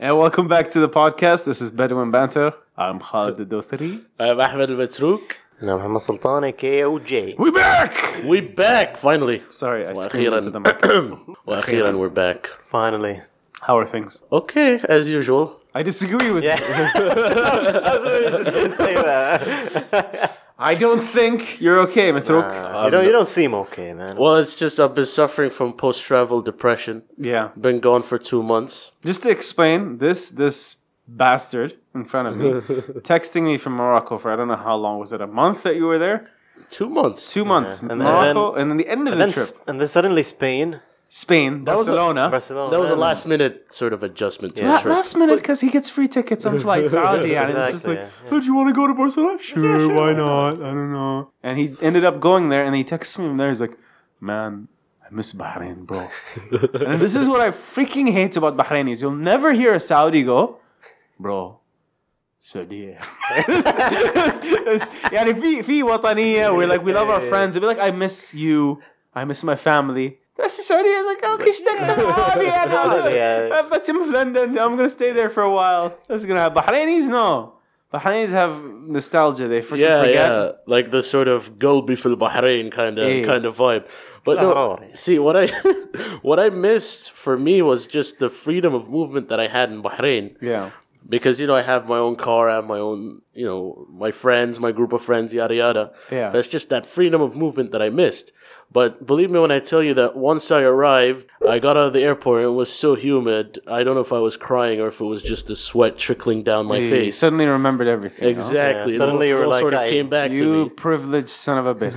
And welcome back to the podcast. This is Bedouin Banter. I'm Khalid Dostari. I'm Ahmed Al-Batrouk. انا محمد سلطان كي او جي We back! We back finally. Sorry, I screamed وأخيراً- into the mic. وأخيرا we're back. فاينلي How are things? Okay, as usual. I disagree with you. I don't think you're okay, Matruk. You don't you don't seem okay man Well, it's just I've been suffering from post-travel depression. Yeah. Been gone for two months. Just to explain, this this bastard in front of me texting me from Morocco for I don't know how long. Was it a month that you were there? Two months. Two months. And then- Morocco, and then, the end of the then trip, s- and then suddenly Spain Spain, was a- Barcelona. Barcelona That was a last minute sort of adjustment to the La- trip. last minute because he gets free tickets on flights. Saudi, and it's just Exactly, like, yeah. oh, do you want to go to Barcelona? Sure, why not? I don't know. And he ended up going there, and he texts me from there. He's like, man, I miss Bahrain, bro. and this is what I freaking hate about Bahrainis. You'll never hear a Saudi go, bro. Saudi. يعني في في وطنية we're like we love our friends they'll be like I miss you I miss my family بس السعودية is like اوكي اشتقنا لهذه Yeah. انا but I'm from London I'm gonna stay there for a while that's gonna happen Bahrainis no Bahrainis have nostalgia they freaking Yeah, forget yeah, like the sort of Gulbi fil Bahrain kind of Yeah. kind of vibe. But no, Lahore. see what I what I missed for me was just the freedom of movement that I had in Bahrain. yeah because you know I have my own car, I have my own, you know, my friends, my group of friends, yada yada. Yeah. That's just that freedom of movement that I missed. But believe me when I tell you that once I arrived, I got out of the airport and it was so humid. I don't know if I was crying or if it was just the sweat trickling down my He face. suddenly remembered everything you know? Exactly. Yeah, It suddenly all- you were all like, sort of I- came back to You me. privileged son of a bitch.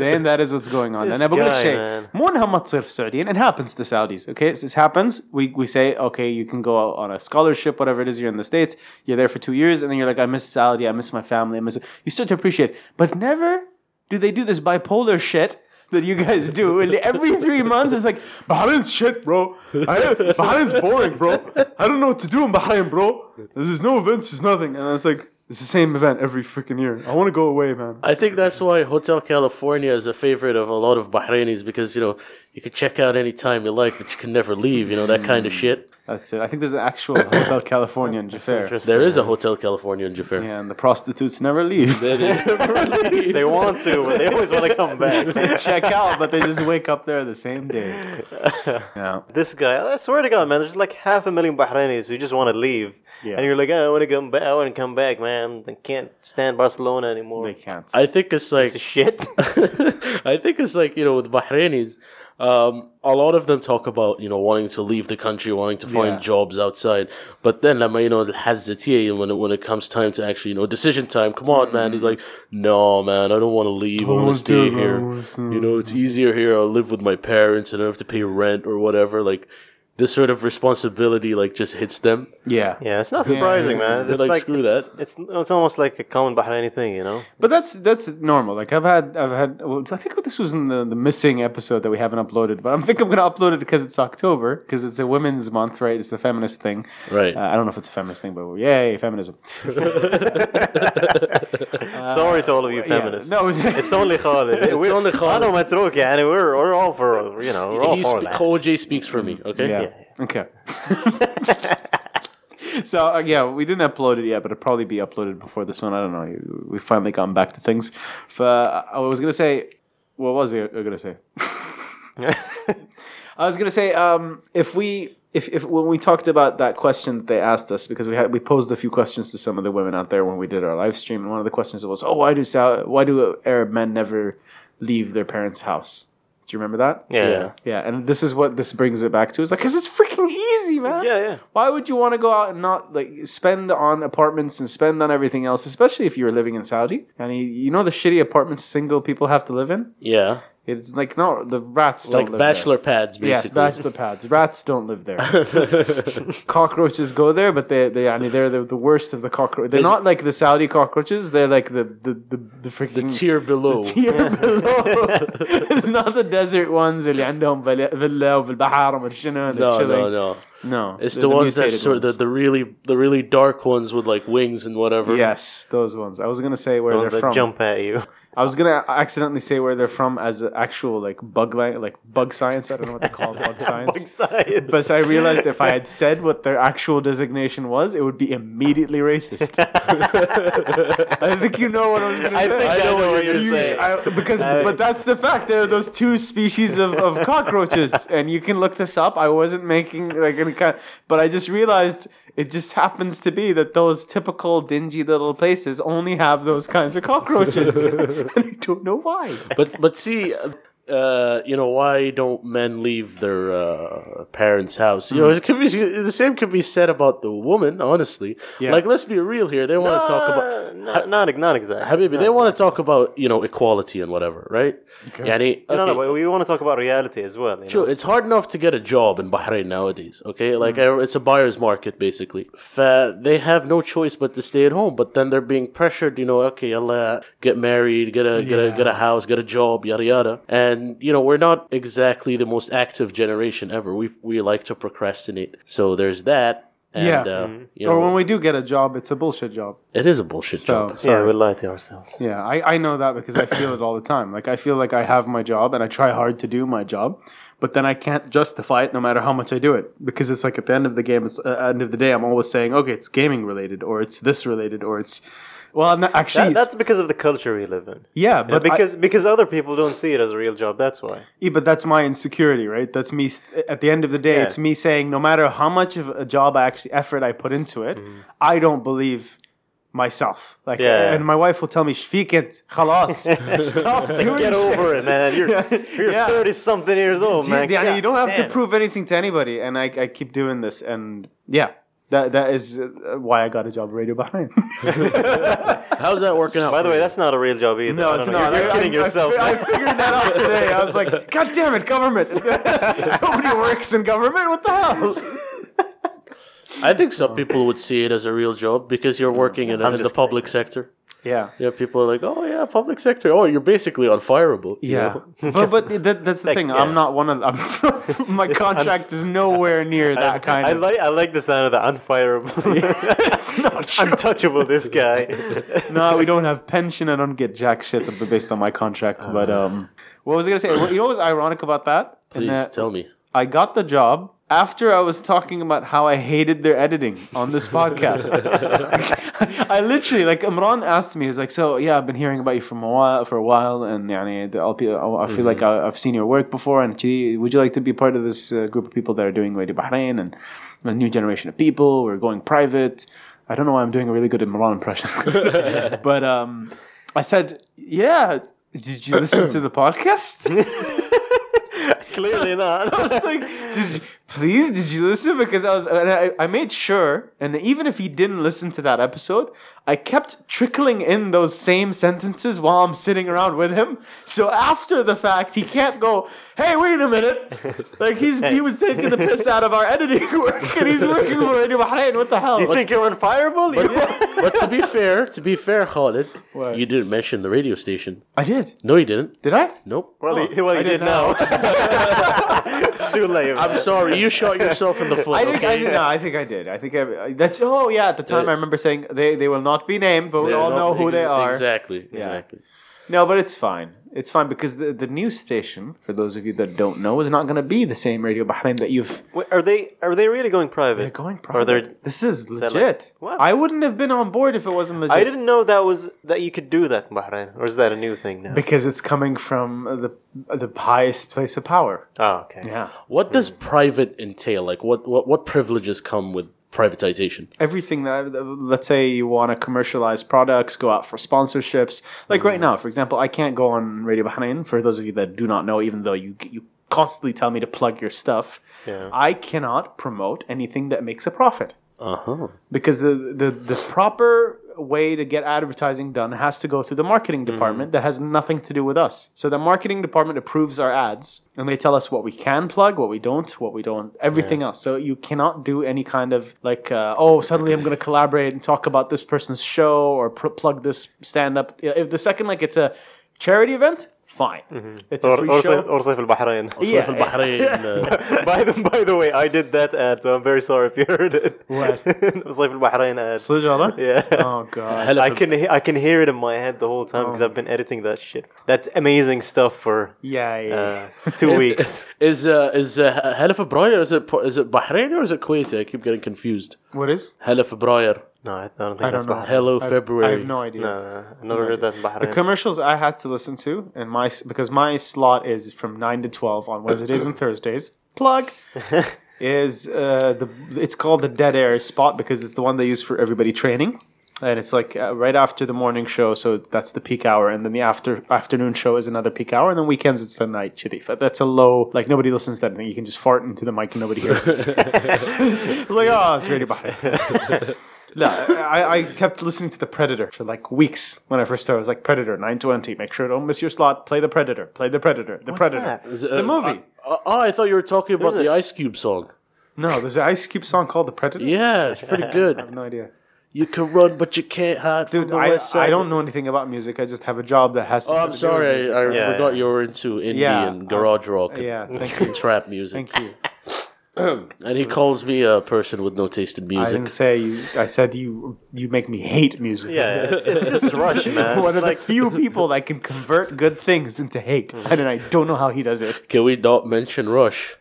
Zain, that is what's going on. and This I بقول لك guy, شيء man. مو انها ما تصير في السعوديين. It happens to Saudis. Okay, this happens. We we say okay, you can go out on a scholarship, whatever it is. You're in the states. You're there for two years, and then you're like, I miss Saudi. I miss my family. I miss. You start to appreciate, but never do they do this bipolar shit. That you guys do And every three months, it's like Bahrain's shit, bro. I, Bahrain's boring, bro. I don't know what to do in Bahrain, bro. There's no events, there's nothing, and it's like it's the same event every freaking year. I want to go away, man. I think that's why Hotel California is a favorite of a lot of Bahrainis because you know you can check out any time you like, but you can never leave. You know that kind of shit. That's it. I think there's an actual Hotel California in Jafar. There is a Hotel California in Jafar. Yeah, and the prostitutes never leave. They they want to but they always want to come back check out, but they just wake up there the same day. Yeah. this guy I swear to God man there's like half a million Bahrainis who just want to leave Yeah. and you're like oh, I want to come back I want to come back man I can't stand Barcelona anymore They can't. I think it's like shit I think it's like you know with Bahrainis, um, a lot of them talk about you know wanting to leave the country, wanting to find Yeah. jobs outside. But then, like, you know, الحزتية, when it, when it comes time to actually you know decision time, come on, man. He's like, no, man, I don't want to leave. I want wanna to stay stay, I here. wanna stay." You know, it's easier here. I'll live with my parents. I don't have to pay rent or whatever. Like this sort of responsibility, like just hits them. yeah. yeah it's not surprising Yeah. man They're it's like, "Screw it's- that." it's, it's almost like a common Bahraini thing you know But that's that's normal. Like I've had I've had well, I think this was in the, the missing episode that we haven't uploaded, but I think I'm gonna upload it because it's October because it's a women's month, right? It's the feminist thing. Right. Uh, I don't know if it's a feminist thing, but yay, feminism. sorry to all of you Yeah. feminists No, It's only Khalid. It's we're, only Khalid. I know Matruk, يعني we're, we're all for, you know, we're all he for spe- that. Koji speaks for me. Okay. Yeah. Okay. so uh, yeah, we didn't upload it yet, but it'll probably be uploaded before this one. I don't know. We've finally gone back to things. F- uh, I was gonna say, what was I gonna say? I was gonna say, um, if we, if, if when we talked about that question that they asked us, because we had we posed a few questions to some of the women out there when we did our live stream, and one of the questions was, oh, why do Sou- why do Arab men never leave their parents' house? Do you remember that? Yeah. Yeah, and this is what this brings it back to. It's like, because it's freaking easy, man. Yeah, yeah. Why would you want to go out and not like spend on apartments and spend on everything else, especially if you were living in Saudi? And you, you know the shitty apartments single people have to live in? Yeah. It's like no, the rats don't like live bachelor pads, There. Yes, basically. bachelor pads. Rats don't live there. cockroaches go there, but they they I mean they're the, the worst of the cockroaches. They're not like the Saudi cockroaches. They're like the the the, the freaking Tier below. Mm. tier below. it's not the desert ones اللي عندهم بلا- فيلا وفي البحر وما أدري شنو. they're no, no, chilling. no. No, It's they're the, ones that mutated sort the, ones. the really the really dark ones with like wings and whatever. yes, those ones. I was gonna say where Those they're that from. jump at you. I was gonna accidentally say where they're from as a actual like bug li- like bug science. I don't know what they call bug science. Bug science. But I realized if I had said what their actual designation was, it would be immediately racist. I think you know what I was going to I say. think I know what you're You- gonna say. I- because, I- but that's the fact. There are those two species of, of cockroaches, and you can look this up. I wasn't making like any kind, but I just realized it just happens to be that those typical dingy little places only have those kinds of cockroaches, and I don't know why. But but see, uh, you know why don't men leave their uh, parents' house? Mm. You know, it could be, the same could be said about the woman. Honestly, Yeah. like let's be real here. They want to talk about Uh, not, not not exactly. Habibi, they want to talk about you know equality and whatever, right? Yani, No, no, okay, but we want to talk about reality as well. You know? Sure, it's hard enough to get a job in Bahrain nowadays, okay? Like, Mm. I- it's a buyer's market, basically. Fa- They have no choice but to stay at home, but then they're being pressured, you know, okay, Allah, get married, get a, get, a, Yeah. get a house, get a job, yada, yada. And, you know, we're not exactly the most active generation ever. We, we like to procrastinate. So there's that. And, Yeah. uh, Mm-hmm. you know, Or when we do get a job, it's a bullshit job. it is a bullshit So job. Yeah, sorry. we lie to ourselves. Yeah, I, I know that because I feel it all the time. Like I feel like I have my job and I try hard to do my job, but then I can't justify it no matter how much I do it because it's like at the end of the game, it's, uh, end of the day, I'm always saying, okay, it's gaming related or it's this related or it's. Well, no, actually, That, that's because of the culture we live in. yeah, but because because because other people don't see it as a real job. That's why. Yeah, but that's my insecurity, right? That's me. At the end of the day, Yeah. it's me saying, no matter how much of a job I actually effort I put into it, I don't believe myself. Like, Mm-hmm. Yeah. and my wife will tell me, "Shfiq it, khalas, stop doing Get over shit." it, man. You're you're Yeah. thirty something years old, Yeah, man. Danny, you don't have Goddamn. to prove anything to anybody, and I, I keep doing this, and yeah, that that is uh, why I got a job at Radio Bahrain. How's that working out? By the for way, you? that's not a real job either. I No, don't it's know. not. You're, you're I- I- kidding I yourself. fi- I, figured that out today. I was like, God damn it, government! Nobody works in government. What the hell? I think some people would see it as a real job because you're working in, in just the public sector. Yeah. Yeah, people are like, oh yeah, public sector. Oh, you're basically unfireable. you Yeah, know? but but that, that's the thing. I'm yeah. not one of. I'm, my contract is nowhere near that kind. I of, like I like the sound of the unfireable, it's not true. untouchable. This guy. no, we don't have pension. I don't get jack shit of- based on my contract. But Uh. um, what was I gonna say? What- You know what was ironic about that? In Please that tell me. I got the job after I was talking about how I hated their editing on this podcast. I literally like Imran asked me, he's like, "So yeah, I've been hearing about you from a while, for a while, and yani, I'll be, I I feel like I, I've seen your work before. And gee, would you like to be part of this uh, group of people that are doing Radio Bahrain and a new generation of people? We're going private. I don't know why I'm doing a really good Imran impression, but um, I said, yeah." Did you listen to the podcast? Clearly not. It's like, did you, please, did you listen? Because I was, and I, I made sure, and even if he didn't listen to that episode, I kept trickling in those same sentences while I'm sitting around with him. So after the fact, he can't go, hey, wait a minute. Like, he's he was taking the piss out of our editing work, and he's working for Radio Bahrain. What the hell? You think you're unfireable? You- but to be fair, to be fair, Khalid, What? you didn't mention the radio station. I did. No, you didn't. Did I? Nope. Well, you, well, Oh, I you did did now. it's too late. I'm sorry, you shot yourself in the foot. I think I okay? did. No, I think I did. I think I, I- that's. Oh yeah, at the time I remember saying they, they will not be named, but we Yeah, all no, know who they ex- are. Exactly. Exactly. No, but it's fine. It's fine because the, the news station, for those of you that don't know, is not going to be the same Radio Bahrain that you've. Wait, are they are they really going private? They're going Or they're- private. This is that legit. like- What? I wouldn't have been on board if it wasn't legit. I didn't know that was that you could do that in Bahrain, or is that a new thing now? Because it's coming from the the highest place of power. oh, okay. Yeah. What does Hmm. private entail? Like, what, what, what privileges come with privatization? everything that let's say you want to commercialize products go out for sponsorships like right now for example i can't go on radio bahrain for those of you that do not know even though you you constantly tell me to plug your stuff Yeah. i cannot promote anything that makes a profit Uh huh. because the the, the proper way to get advertising done has to go through the marketing Mm-hmm. department that has nothing to do with us. So the marketing department approves our ads and they tell us what we can plug, what we don't, what we don't, everything else. So you cannot do any kind of like, uh, oh, suddenly I'm going to collaborate and talk about this person's show or pr- plug this stand up. If the second like it's a charity event, fine. It's a Mm-hmm. Or, free also, show. also في البحرين. Yeah. في البحرين uh, by, the, by the way, I did that ad, so I'm very sorry if you heard it. What? صيف البحرين ad. Sludge, Yeah. Oh god. هلا I في- can he- I can hear it in my head the whole time Oh. because I've been editing that shit. That's amazing stuff for Yeah. yeah, yeah. uh, two weeks. Is uh, is uh, Hella Febrayer? Is it Po- is it Bahrain or is it Kuwaiti? I keep getting confused. what is? Hella Febrayer. No, I don't think I that's don't know. Bahrain. Hello I- I February. have no idea. No, no, no. I never heard that in The Bahrain. commercials I had to listen to, and my because my slot is from nine to twelve on Wednesdays and Thursdays. Plug is uh, the it's called the dead air spot because it's the one they use for everybody training, and it's like uh, right after the morning show, so that's the peak hour, and then the after afternoon show is another peak hour, and then weekends it's the night shadif. That's a low like nobody listens to that thing. You can just fart into the mic and nobody hears. it. it's like oh, it's really bad. No, I, I kept listening to the Predator for like weeks when I first started. I was like, Predator, 920. Make sure don't miss your slot. Play the Predator. Play the Predator. The Predator. that? Is it, The uh, movie. Uh, oh, I thought you were talking about There's the Ice Cube song. No, there's an Ice Cube song called The Predator. Yeah, it's pretty good. No idea. you can run, but you can't hide from Dude, the I, West Side. I don't know anything about music. I just have a job that has to Oh, do I'm with sorry. music. I, I Yeah, forgot yeah. you were into indie Yeah, and garage rock. and- yeah, thank and you. Trap music, Thank you. and he calls me a person with no taste in I music. didn't say you. I said you. You make me hate music. yeah, it's, it's just rush, man. One It's of like Mm. the few people that can convert good things into hate, and I don't know how he does it. Can we not mention Rush,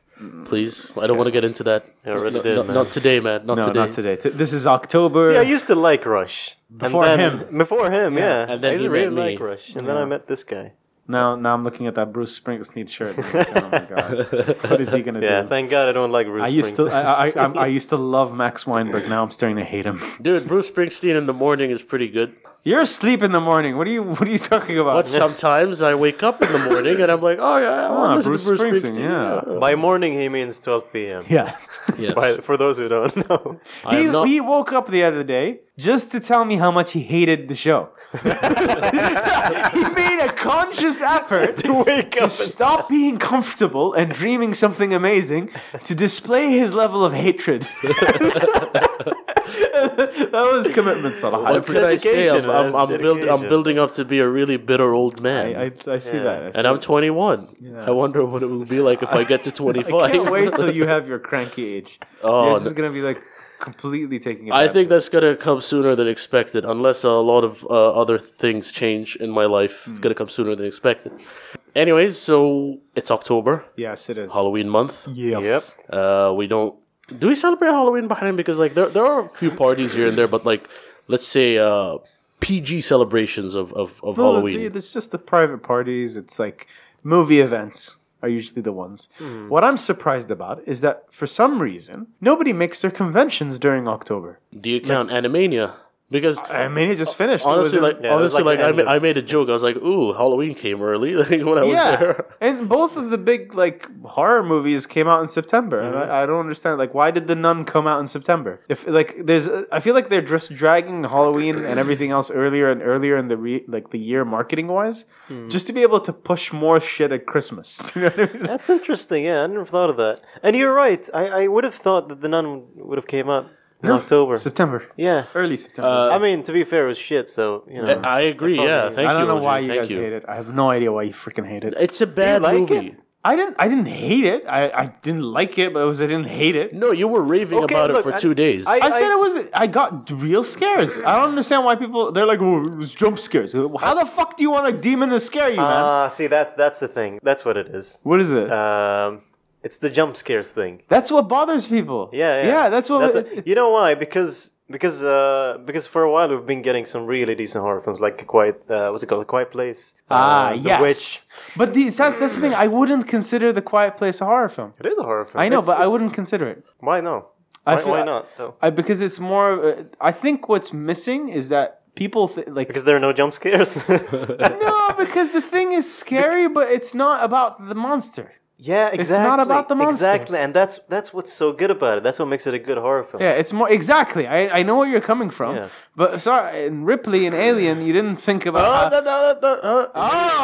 please? I don't want to get into that. I already Not- did, not, man. not today, man. Not No, today. not today. T- This is October. See, I used to like Rush. Before and then, him. Before him, yeah. and then I used he to really met me. like Rush. And then I met this guy. Now, now I'm looking at that Bruce Springsteen shirt. and I'm like, oh my god, what is he gonna Yeah, do? thank God I don't like Bruce I used to, Springsteen. I, I, I, I used to love Max Weinberg. Now I'm starting to hate him. Dude, Bruce Springsteen in the morning is pretty good. You're asleep in the morning. What are you, what are you talking about? But sometimes I wake up in the morning and I'm like, oh yeah, I want Ah, to listen Bruce, to Bruce Springsteen? Springsteen. Yeah. By morning, he means 12 p.m. Yes. Yes. By, for those who don't know. I he, am not- he woke up the other day just to tell me how much he hated the show. he made a conscious effort to wake up and- stop being comfortable and dreaming something amazing to display his level of hatred. that was commitment, Salah. I, what can I say? dedication, I'm, man. I'm, It's I'm, build, I'm dedication. building up to be a really bitter old man. I, I see Yeah. that. I see and I'm 21. I wonder what it will be like if I get to 25. I can't wait till you have your cranky age. Oh, Oh, this no. is gonna be like completely taking. I advantage. think that's gonna come sooner than expected, unless a lot of uh, other things change in my life. Hmm. It's gonna come sooner than expected. Anyways, so it's October, yes, it is. Halloween month. Yes. Uh, we don't. Do we celebrate Halloween in Bahrain? Because like there there are a few parties here and there, but like let's say uh, PG celebrations of of, of No, Halloween. the- it's just the private parties. It's like movie events are usually the ones. Mm-hmm. What I'm surprised about is that for some reason nobody makes their conventions during October. Do you count Animania? Because I mean, it just finished. It was honestly, in- like yeah, it was honestly, like like, the I, end ma- of- I made a joke. I was like, "Ooh, Halloween came early." Like when I was yeah, there. and both of the big like horror movies came out in September, Mm-hmm. and I, I don't understand like why did the Nun come out in September? If like there's, a- I feel like they're just dragging Halloween and everything else earlier and earlier in the re, like the year marketing wise, Hmm. just to be able to push more shit at Christmas. You know what I mean? That's interesting. Yeah, I never thought of that. And you're right. I, I would have thought that the nun would have came out in October. September, yeah. early September. Uh, I mean, to be fair, it was shit. So you know, I agree. Yeah, thank you. I don't know Oji, why you thank guys hate it. I have no idea why you freaking hate it. It's a bad like movie. it? I didn't. I didn't hate it. I, I didn't like it, but it was I didn't hate it. No, you were raving Okay, about it look, for I- two days. I- I said it was. I got real scares. I don't understand why people. They're like, oh, it was jump scares. How the fuck do you want a demon to scare you, man? Ah, see, that's that's the thing. That's what it is. What is it? Um, it's the jump scares thing. that's what bothers people. Yeah, yeah. that's what. you know why? Because because uh because for a while we've been getting some really decent horror films, like a quiet uh, what's it called, a quiet place. ah, uh, yes. The Witch. But the, that's, that's the thing. I wouldn't consider The Quiet Place a horror film. It is a horror film. I know, It's- but I it's- wouldn't consider it. Why no? I Why, feel- why not though? I, because it's more. of a- I think what's missing is that people th- like. Because there are no jump scares. no, because the thing is scary, but it's not about the monster. Yeah, exactly. It's not about the monster. Exactly, and that's that's what's so good about it. That's what makes it a good horror film. Yeah, it's more exactly. I, I know where you're coming from, Yeah. but sorry, in Ripley and Alien, you didn't think Uh, about. how- Oh,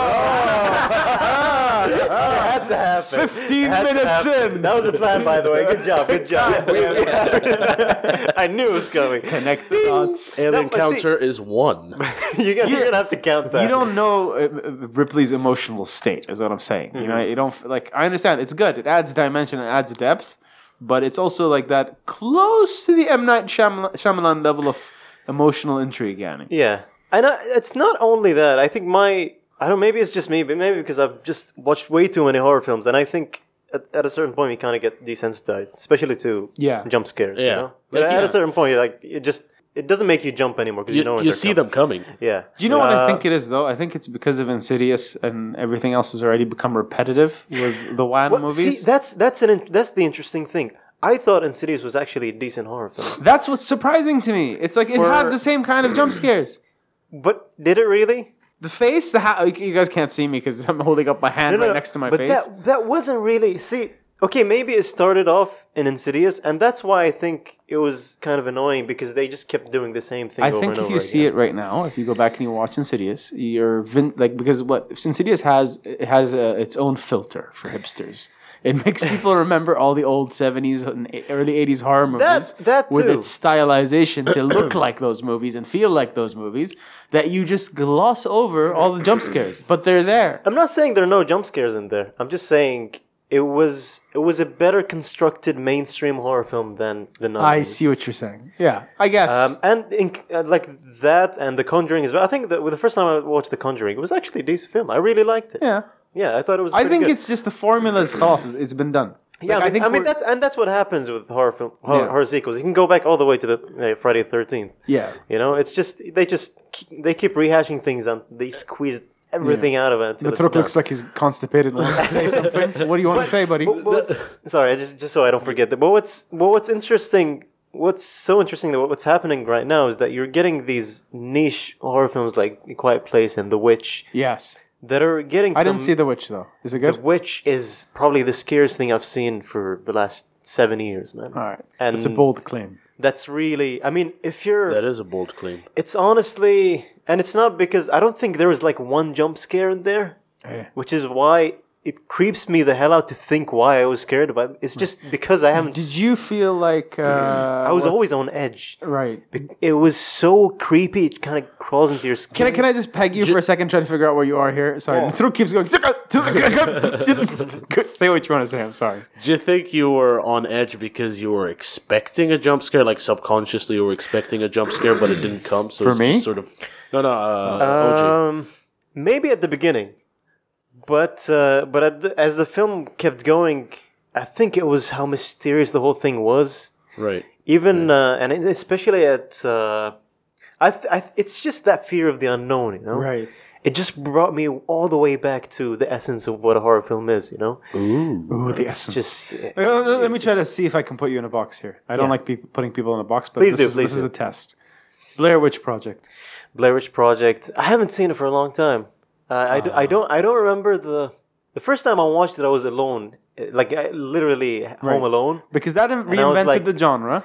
It had to happen. 15 It had to minutes happen. in. That was a plan, by the way. Good job. Good job. I knew it was coming. connect the dots. You Alien No, but see- counter is one. You're gonna, you're gonna have to count that. don't know uh, uh, Ripley's emotional state, is what I'm saying. You Mm-hmm. know, you don't f- like. I understand it's good. It adds dimension. It adds depth, but it's also like that close to the M Night Shyamalan, Shyamalan level of emotional intrigue. Yani. Yeah, and I, it's not only that. I think my I don't. Maybe it's just me, but maybe because I've just watched way too many horror films, and I think at, at a certain point you kind of get desensitized, especially to Yeah. jump scares. Yeah. you know? Like, at yeah. a certain point, you're like it just it doesn't make you jump anymore because you, know You, you when they're see coming. them coming. Yeah. Do you know what I Uh, think it is though? I think it's because of Insidious and everything else has already become repetitive with the Wan Well, movies. See, that's that's an in- that's the interesting thing. I thought Insidious was actually a decent horror film, That's what's surprising to me. It's like it had Or- the same kind of jump scares. but did it really? The face, the ha- you guys can't see me because I'm holding up my hand right next to my but face. that that wasn't really. See, okay, maybe it started off in Insidious, and that's why I think it was kind of annoying because they just kept doing the same thing. I over think and if over you see again. it right now, if you go back and you watch Insidious, you're vin- like because what Insidious has it has a, its own filter for hipsters. It makes people remember all the old '70s and e- early '80s horror movies that with too. its stylization to look like those movies and feel like those movies that you just gloss over all the jump scares, but they're there. I'm not saying there are no jump scares in there. I'm just saying it was it was a better constructed mainstream horror film than the. I Nun. see what you're saying. Yeah, I guess. Um, and in, uh, like that, and The Conjuring as well. I think that well, the first time I watched The Conjuring, it was actually a decent film. I really liked it. yeah. Yeah, I thought it was. I pretty think good. it's just the formula is خلاص, it's- it's been done. Yeah, Like, I, mean, I mean we're- that's and that's what happens with horror film horror, Yeah. horror sequels. You can go back all the way to the uh, Friday the Thirteenth. yeah. You know, it's just they just keep, they keep rehashing things and they squeeze everything out of it. until The it's truck done. looks like he's constipated and wants to say something. What do you want to say, buddy? But what's- sorry, I just just so I don't forget that. But what's well, what's interesting? What's so interesting that what's happening right now is that you're getting these niche horror films like The Quiet Place and The Witch Yes. that are getting. I didn't some- see The Witch, though. Is it The good? Witch is probably the scariest thing I've seen for the last seven years, man. All right. and It's a bold claim. that's really i mean if you're That is a bold claim. it's honestly and it's not because i don't think there was like one jump scare in there Eh. which is why it creeps me the hell out to think why i was scared about it. it's just because i haven't Did you feel like. Uh, i was always on edge Right. Be- it was so creepy it kind of crawls into your skin Can I, can I just peg you for a second, try to figure out where you are here? Sorry. Oh. The truck keeps going. say what you want to say. I'm sorry. Do you think you were on edge because you were expecting a jump scare? Like subconsciously, you were expecting a jump scare, but it didn't come. So it's me? just sort of no, no. Uh, OG. um maybe at the beginning but uh, but at the, as the film kept going i think it was how mysterious the whole thing was Right. even uh, and it- especially at uh, I, th- I th- it's just that fear of the unknown you know Right. it just brought me all the way back to the essence of what a horror film is you know Ooh, the essence. just eh, Uh, Let let me try to see if I can put you in a box here. I don't Yeah. like peop putting people in a box, but Please this, do, is, please this is do. a test. Blair Witch Project. blair witch project i haven't seen it for a long time uh, I, do, I don't i don't remember the the first time i watched it i was alone Uh, like I, literally home alone because that in- I was reinvented like- the genre.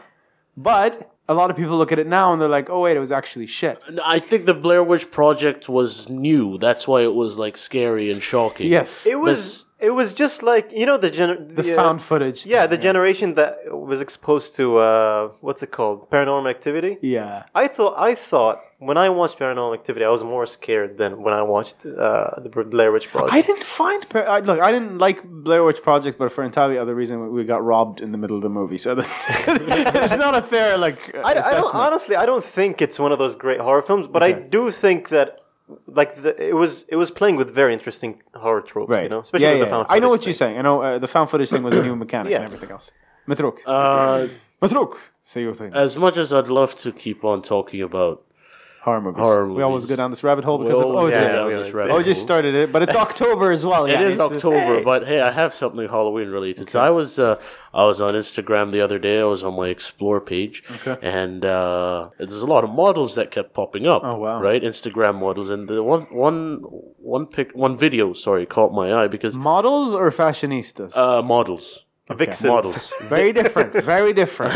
But a lot of people look at it now and they're like, "Oh wait, it was actually shit." No, I think the Blair Witch Project was new. That's why it was like scary and shocking. Yes, it was it was just like you know the gen- the found footage. yeah the generation that was exposed to uh, what's it called paranormal activity yeah, I thought I thought when I watched Paranormal Activity, I was more scared than when I watched uh, the Blair Witch Project. I didn't find. Par- I, look, I didn't like Blair Witch Project, but for entirely other reason, we- we got robbed in the middle of the movie. So that's it's not a fair like I, I assessment. don't honestly. I don't think it's one of those great horror films, but I do think that like the, it was it was playing with very interesting horror tropes, you know, especially yeah, with yeah. the found. I know what footage you're saying. I know uh, the found footage thing was a new mechanic Yeah. and everything else. Matruk, Uh, Matruk, say your thing. as much as I'd love to keep on talking about horror movies. Horror We always movies. Oh, go down this rabbit hole because of always OJ. go yeah, down yeah, this yeah. rabbit OJ hole. started it, but it's October as well. It yeah, is it's- uh, October, hey. but hey, I have something Halloween related. So I was uh, I was on Instagram the other day. I was on my explore page, and uh, there's a lot of models that kept popping up. Oh, wow. Right, Instagram models, and the one one one pic one video sorry caught my eye because models or fashionistas? uh, models Vixens. models. very different. Very different.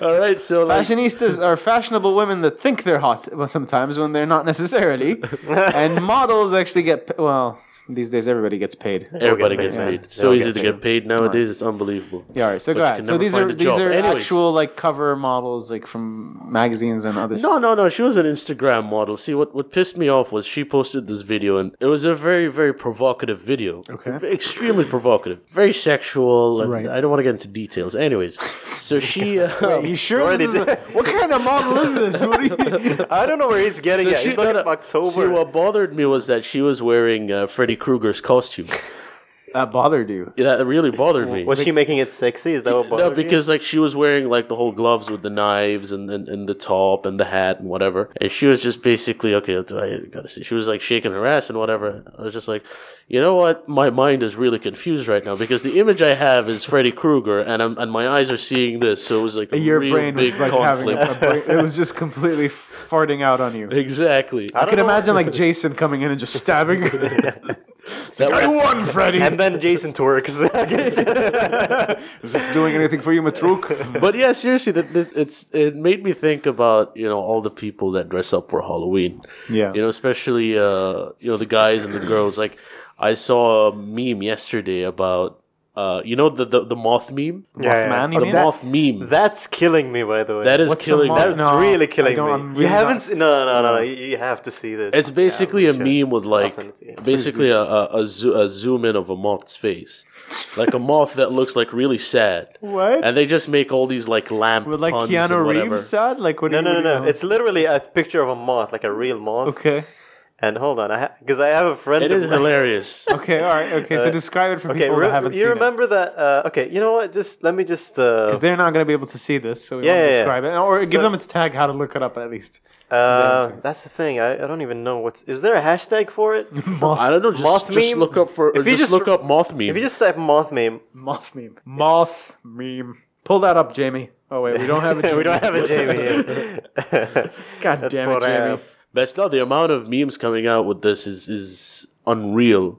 All right, so like, Fashionistas are fashionable women that think they're hot well, sometimes when they're not necessarily. and models actually get pa- well. These days, everybody gets paid. everybody They'll get gets paid, paid. yeah. So They'll easy get to get paid nowadays. It's unbelievable. Yeah, all right. So But go you ahead. can So never these find are a these job. are Anyways. actual like cover models, like from magazines and other. No, no, no. She was an Instagram model. See, what, what pissed me off was she posted this video, and it was a very, very provocative video. Okay. Extremely provocative. Very sexual. And Right. I don't want to get into details. Anyways, so she. Uh, Are you sure? Already This is a- what kind of model is this? What are you? I don't know where he's getting so at. she- He's like no, no. October. See, what bothered me was that she was wearing uh, Freddy Krueger's costume. That bothered you. that really bothered me. was she making it sexy? Is that what No, bothered you? because like she was wearing like the whole gloves with the knives and, and, and the top and the hat and whatever, and she was just basically okay. I gotta see. She was like shaking her ass and whatever. I was just like, you know what? My mind is really confused right now because the image I have is Freddy Krueger, and I'm and my eyes are seeing this. So it was like a Your real brain big was like conflict. having a brain, it was just completely farting out on you. exactly. I, don't can know. imagine like Jason coming in and just stabbing. It's like, I won, Freddy. and then Jason twerks. against Is this doing anything for you, Matruk? But yeah, seriously, that, that it's it made me think about you know all the people that dress up for Halloween. Yeah. you know, especially uh, you know the guys and the girls. Like I saw a meme yesterday about uh, you know the the, the moth meme, Yeah, yeah. Mothman, you the mean? moth meme. That's killing me, by the way. that is What's a killing. moth- me. That's No, really I killing don't- me. I'm you really haven't not- seen? No, no, no, no. You you have to see this. It's basically Yeah, a we should. meme with like send it to you. basically a a, a, zo- a zoom in of a moth's face, like a moth that looks like really sad. What? And they just make all these like lamp With like puns Keanu and whatever. Reeves sad? Like what? No, do you- what no, no, do you no. know? It's literally a picture of a moth, like a real moth. okay. And hold on, because I, have a friend. It of is mine- hilarious. Okay, all right. Okay, so describe it for Uh, Okay, people re- that haven't you seen it. remember that? Uh, okay, you know what? Just let me just. Uh, Because they're not going to be able to see this, so we Yeah, want to yeah, yeah. describe it. Or give So- them its tag how to look it up at least. uh, that's the thing. I, I don't even know what's. Is there a hashtag for it? Moth, I don't know. Just, Moth just meme? look up for. Or If you just, just- look up moth meme. if you just type moth meme, moth meme. Moth meme. Pull that up, Jamie. Oh, wait, we don't have a Jamie. we don't have a Jamie. Here. God That's damn it, what I Jamie. have. That's not the amount of memes coming out with this is is unreal.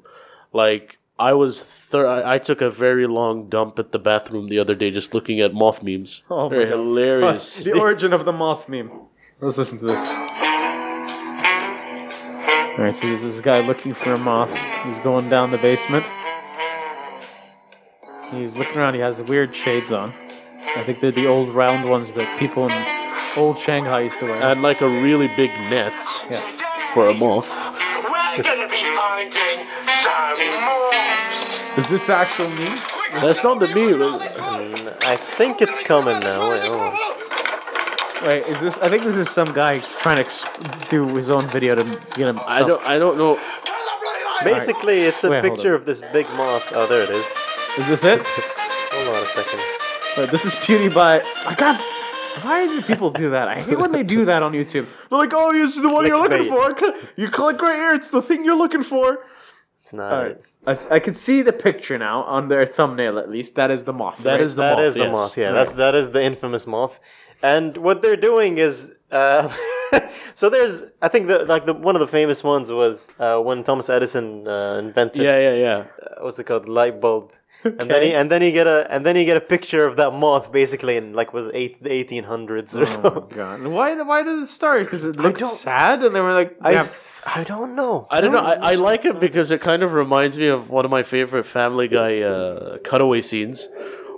Like I was, thir- I, I took a very long dump at the bathroom the other day just looking at moth memes. Oh my They're God. hilarious. The origin of the moth meme. Let's listen to this. Alright, so there's this guy looking for a moth. He's going down the basement. He's looking around, he has weird shades on. I think they're the old round ones that people in old Shanghai used to wear. and like a really big net yes. for a moth. We're gonna be finding some moths. Is this the actual meme? That's not the meme. Mm, I think it's coming now. Wait, hold on. Wait, is this? I think this is some guy ex- trying to ex- do his own video to get him. I don't. I don't know. Turn the bloody light on. Basically, it's a Wait, hold picture on. of this big moth. Oh, there it is. Is this it? Hold on a second. Wait, this is PewDiePie. I got. Why do people do that? I hate when they do that on YouTube. They're like, "Oh, it's the one you're looking for. Cl- You click right here. It's the thing you're looking for." It's not. All right. I, I can see the picture now on their thumbnail. At least that is the moth. That right? is the That moth, is the yes. moth. Yeah, that's that is the infamous moth. And what they're doing is, uh, so there's I think the, like the one of the famous ones was uh, when Thomas Edison uh, invented Yeah, yeah, yeah. uh, what's it called light bulb. And then he, and then you get a and then you get a picture of that moth basically in like was eight the eighteen hundreds or Oh so. my god! Why? Why did it start? Because it looked don't- sad, and they were like, I yeah, I don't know. I don't know. I, I Oh, like it because it kind of reminds me of one of my favorite Family Guy uh, cutaway scenes,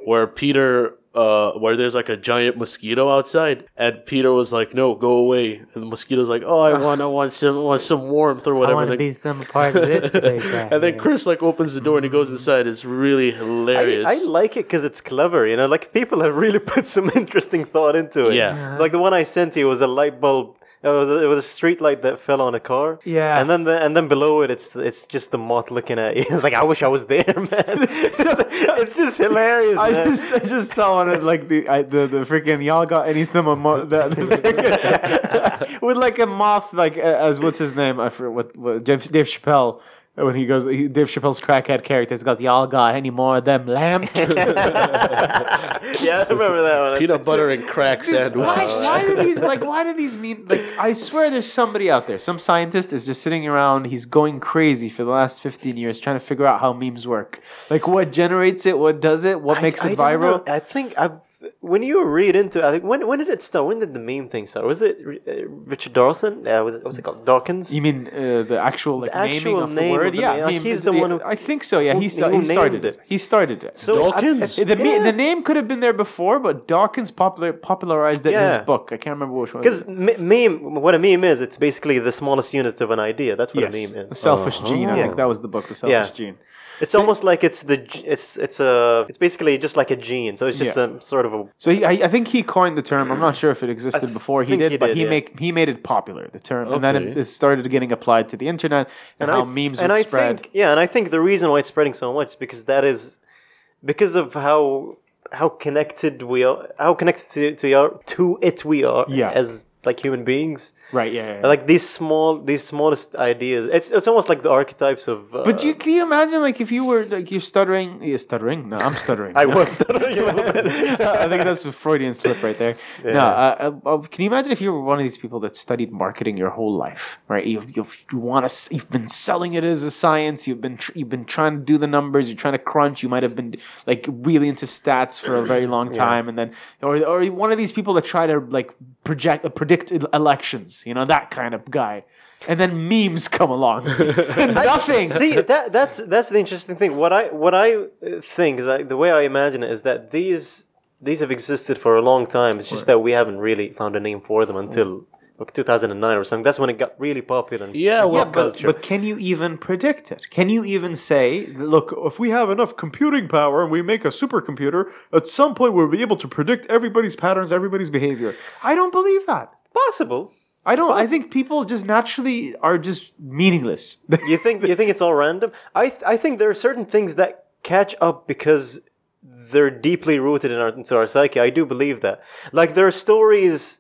where Peter, uh, where there's like a giant mosquito outside, and Peter was like, "No, go away," and the mosquito's like, "Oh, I want, I want some, want some warmth or whatever." wanna Like- some part of this place right and then here." Chris like opens the door and he Mm. goes inside. It's really I, hilarious. I like it because it's clever, you know. Like people have really put some interesting thought into it. Yeah. Like the one I sent you was a light bulb, a Oh, the- it was a street light that fell on a car. Yeah. and then the, and then below it, it's it's just the moth looking at you. It's like I wish I was there, man. It's, it's just hilarious. I man. just, I just saw one of like the I, the, the freaking y'all got any some emo- the, the freaking- with like a moth like a- as what's his name I forget what, what Dave, Dave Chappelle when he goes he, Dave Chappelle's crackhead character has got y'all got any more of them lamps yeah, I remember that one. Peanut butter and crack sandwich. why, why do these like why do these mean like I swear there's somebody out there some scientist is just sitting around he's going crazy for the last 15 years trying to figure out how memes work like what generates it what does it what makes I it don't know. viral I think I. When you read into, I think when when did it start? When did the meme thing start? Was it uh, Richard Dawson? Uh, was it, what's it called? Dawkins. You mean uh, the actual like naming actual of the name word? of the yeah, name. Like, meme he's is- the one who- I think so. Yeah, he, who- sta- who he started named it. it. He started it. So Dawkins. the, me- Yeah. the name could have been there before, but Dawkins popular popularized it in Yeah. his book. I can't remember which one. Because meme, what a meme is, it's basically the smallest unit of an idea. That's what yes, a meme the is. selfish gene. I Yeah. think that was the book, the selfish Yeah. gene. It's almost like it's the g- it's it's a it's basically just like a gene. So it's just Yeah. a sort of a So he, I, I think he coined the term. I'm not sure if it existed before he think did, he but did, he yeah. make he made it popular the term, and then it, Okay. it started getting applied to the internet and, how I- memes and would I spread. Think, yeah, and I think the reason why it's spreading so much is because that is because of how how connected we are, how connected to to, our, to it we are Yeah. as like human beings. right? Yeah. yeah, yeah. Like these small, these smallest ideas. It's it's almost like the archetypes of. Uh, but you can you imagine like if you were like you're stuttering, you're stuttering. No, I'm stuttering. I No. was stuttering a little bit. I think that's a Freudian slip right there. No, uh, uh, uh, can you imagine if you were one of these people that studied marketing your whole life, right? You, you, you want to, you've been selling it as a science. You've been, tr- you've been trying to do the numbers. You're trying to crunch. You might have been like really into stats for a very long time, and then, or, or you're one of these people that try to like project, uh, predict el- elections. You know that kind of guy. And then memes come along. Nothing. See that that's that's the interesting thing. What I what I uh, think is I, the way I imagine it is that these these have existed for a long time. It's just that we haven't really found a name for them until like 2009 or something. That's when it got really popular. in Yeah, pop well, but, culture. but can you even predict it? Can you even say, look, if we have enough computing power and we make a supercomputer, at some point we'll be able to predict everybody's patterns, everybody's behavior? I don't believe that. possible. I don't. I think people just naturally are just meaningless. You think you think it's all random? I th- I think there are certain things that catch up because they're deeply rooted in our into our psyche. I do believe that. Like there are stories.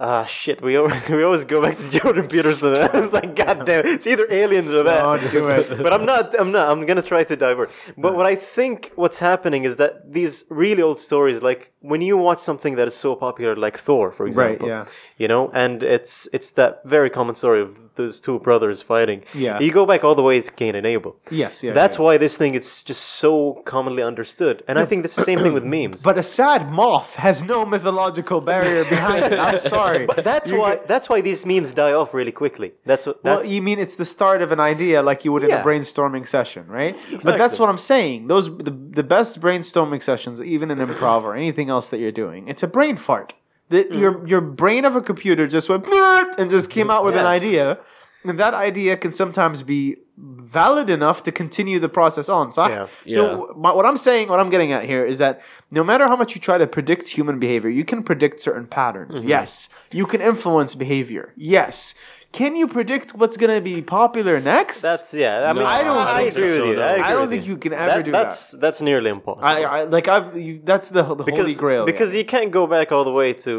Ah shit! We always, we always go back to Jordan Peterson. it's like goddamn, it's either aliens or that. Don't do it. but I'm not. I'm not. I'm gonna try to divert. But what I think what's happening is that these really old stories, like when you watch something that is so popular, like Thor, for example. yeah. You know, and it's it's that very common story of those two brothers fighting. Yeah. You go back all the way to Cain and Abel. yes, yeah. That's why this thing is just so commonly understood, and I think it's the same thing with memes. But a sad moth has no mythological barrier behind it. I'm sorry. that's You why that's why these memes die off really quickly. That's what. That's, Well, you mean it's the start of an idea, like you would in a Yeah. brainstorming session, right? But that's Exactly. what I'm saying. Those the, the best brainstorming sessions, even in improv or anything else that you're doing, it's a brain fart. The, Mm. Your your brain of a computer just went "Brrrt," and just came out with an Yeah. idea, and that idea can sometimes be valid enough to continue the process on. So, I- Yeah. so my, what I'm saying, what I'm getting at here is that no matter how much you try to predict human behavior, you can predict certain patterns. Mm-hmm. Yes. You can influence behavior. Yes. Can you predict what's going to be popular next? that's yeah. I mean, I I don't don't. I think agree so, with you. no. I, agree I don't with think you can ever do that's, that. That's nearly impossible. I, I like I've you, that's the, the because, holy grail. yeah. Because you can't go back all the way to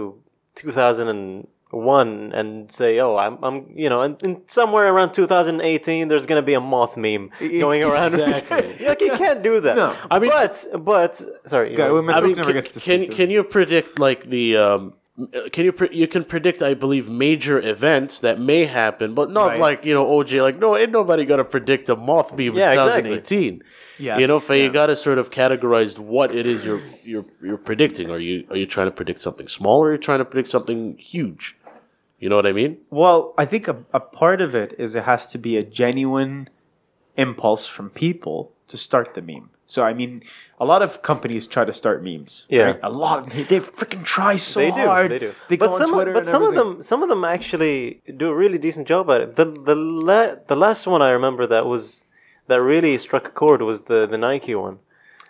2001 and say, oh, I'm, I'm you know, and, and somewhere around 2018, there's going to be a moth meme going around. Exactly. like, you can't do that. E-, No. I mean, but, but, sorry. you Okay, know, well, my I talk mean, never can, gets to can, speak. can you predict like the um, uh, can you pre- you can predict I believe major events that may happen, but not Right. like you know OJ like no ain't nobody gonna predict a moth beam Yeah, in exactly. 2018. Yes, you know, Faye, yeah. you gotta sort of categorize what it is you're you're you're predicting. Are you are you trying to predict something small or are you trying to predict something huge? You know what I mean? Well, I think a, a part of it is it has to be a genuine impulse from people to start the meme. So I mean, a lot of companies try to start memes. Yeah. a lot. Of, they, they freaking try so They do. hard. They do. They go but on some, Twitter. but and some of everything. them, some of them actually do a really decent job at it. The the la- the last one I remember that was that really struck a chord was the the Nike one.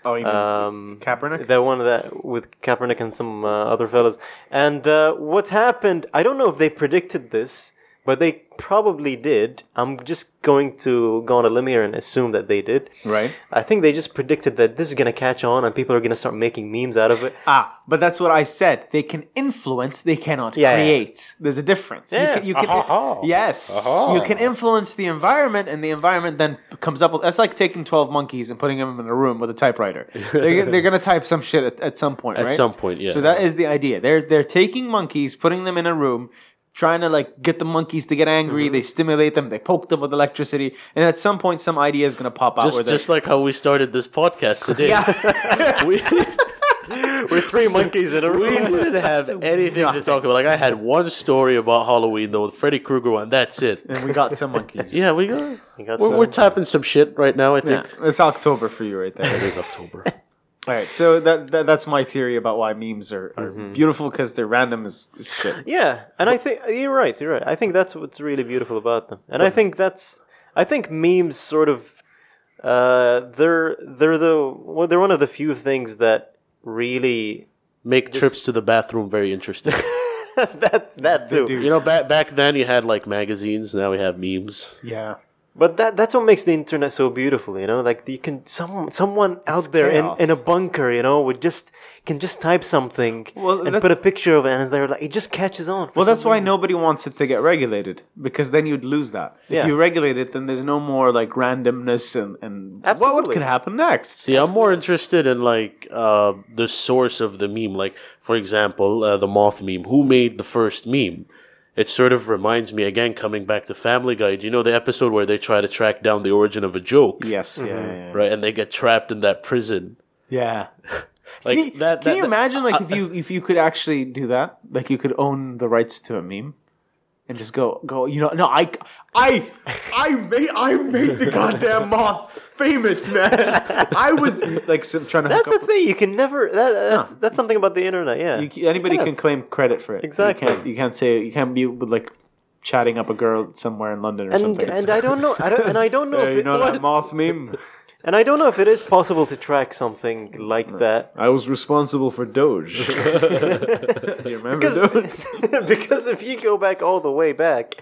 Oh, you mean Um, Kaepernick? That one that with Kaepernick and some uh, other fellas. And uh, what happened? I don't know if they predicted this, but they probably did. I'm just going to go on a limb here and assume that they did. Right. I think they just predicted that this is gonna catch on and people are gonna start making memes out of it. Ah, but that's what I said. They can influence, they cannot Yeah, yeah. create. There's a difference. Yeah. You can, you can, Aha. Yes. Aha. You can influence the environment, and the environment then comes up with. That's like taking 12 monkeys and putting them in a room with a typewriter. they're they're going to type some shit at, at some point, At right? some point, yeah. So that is the idea. They're, they're taking monkeys, putting them in a room. Trying to like get the monkeys to get angry, Mm-hmm. they stimulate them, they poke them with electricity, and at some point, some idea is going to pop out. where just they're- just like how we started this podcast today. we We're three monkeys in a we room. didn't have anything to talk about. Like I had one story about Halloween though, the Freddy Krueger one. That's it. and we got some monkeys. Yeah, we go. got We're, some. we're tapping some shit right now. I yeah, think it's October for you right there. it is October. All right, so that, that that's my theory about why memes are, are beautiful because they're random as as shit. Yeah, and I think you're right. You're right. I think that's what's really beautiful about them, and I think that's I think memes sort of uh, they're they're the well, they're one of the few things that really Make trips to the bathroom very interesting. that that too. You know, back back then you had like magazines. Now we have memes. Yeah, But that that's what makes the internet so beautiful. You know, like you can some someone out there in, chaos. in a bunker, you know, would just can just type something Well, and put a that's- picture of it, and they're like it just catches on. for well, that's some why reason. nobody wants it to get regulated because then you'd lose that. If Yeah. you regulate it, then there's no more like randomness and and what Absolutely. what could happen next. See, I'm more interested in like uh, the source of the meme. Like, for example, uh, the moth meme. Who made the first meme? It sort of reminds me again, coming back to Family Guy. Do you know the episode where they try to track down the origin of a joke? Yes, yeah, yeah, Right, and they get trapped in that prison. yeah. Like can you, that. can that- you that- imagine uh, like if you if you could actually do that, like you could own the rights to a meme? And just go, go. You know, no, I, I, I made, I made the goddamn moth famous, man. I was like some, trying to. hook That's up the thing. You can never. That, that's that's something about the internet. Yeah. You, c- anybody You can can't. claim credit for it. Exactly. You can't, you can't say you can't be with like chatting up a girl somewhere in London or and something. and I don't know. I don't, and I don't know. Uh, if you it, know that what- moth meme? and I don't know if it is possible to track something like that. I was responsible for Doge. Do you remember Doge? Because, because if you go back all the way back,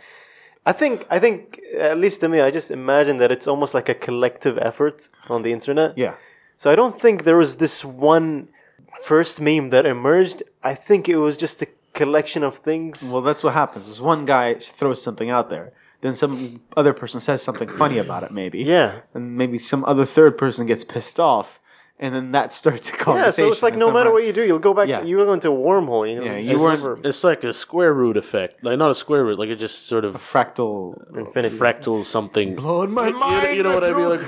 I think I think at least to me, I just imagine that it's almost like a collective effort on the internet. Yeah. So I don't think there was this one first meme that emerged. I think it was just a collection of things. Well, that's what happens. Is one guy throws something out there, then some other person says something funny about it, maybe. yeah. And maybe some other third person gets pissed off, and then that starts a conversation. Yeah, so it's like and no matter somehow- what you do, you'll go back. Yeah. You'll go into a wormhole. You know, Yeah, you just weren't- never- it's like a square root effect. Like not a square root. Like it just sort of fractal. infinity. fractal something. Blowing my You- you- You know what I mean? Like,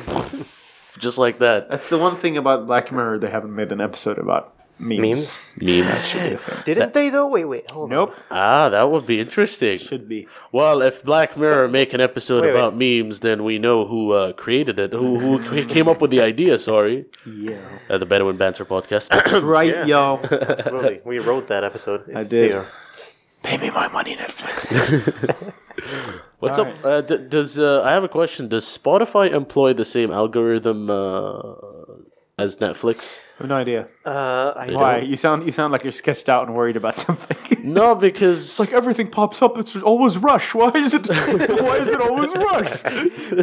just like that. that's the one thing about Black Mirror they haven't made an episode about memes. memes. Memes. Didn't they though? Wait, wait, hold Nope. Ah, that would be interesting. Should be. Well, if Black Mirror make an episode Wait, wait. about memes, then we know who uh, created it, who who came up with the idea. Sorry, Yeah. uh, the Bedouin Banter podcast. Right, Yeah. yo. on. Absolutely, we wrote that episode. It's did. Here. Pay me my money, Netflix. What's up? Uh, d- does uh, I have a question? Does Spotify employ the same algorithm uh, as Netflix? I have no idea. Uh, I Why? You sound you sound like you're sketched out and worried about something. No, because like everything pops up, it's always rush. Why is it why is it always rush?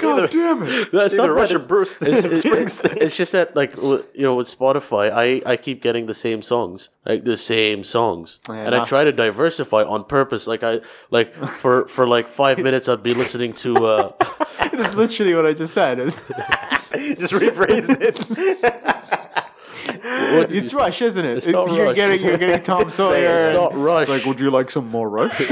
God damn it. No, it's Either not Rush that. or Bruce. It's, it's, Springsteen. it's just that, like, w- you know, with Spotify, I, I keep getting the same songs, like the same songs, and I Yeah. try to diversify on purpose. Like I like for for like five minutes, I'd be listening to. Uh, That's literally what I just said. just rephrased it. what- It's rush, isn't it? It's not you're Rush. getting you're getting Tom Sawyer. it's and- not Rush. Like, would you like some more rush?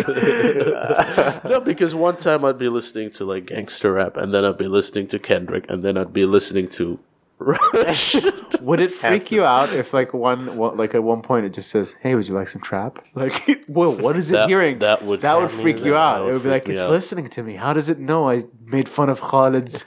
no, because one time I'd be listening to like gangster rap, and then I'd be listening to Kendrick, and then I'd be listening to Rush. would it freak you out if like one, one like at one point it just says, "Hey, would you like some trap?" Like, whoa, what is it That- hearing? that would- that would freak you that out. would it would be freak like me it's out. listening to me. How does it know I made fun of Khaled's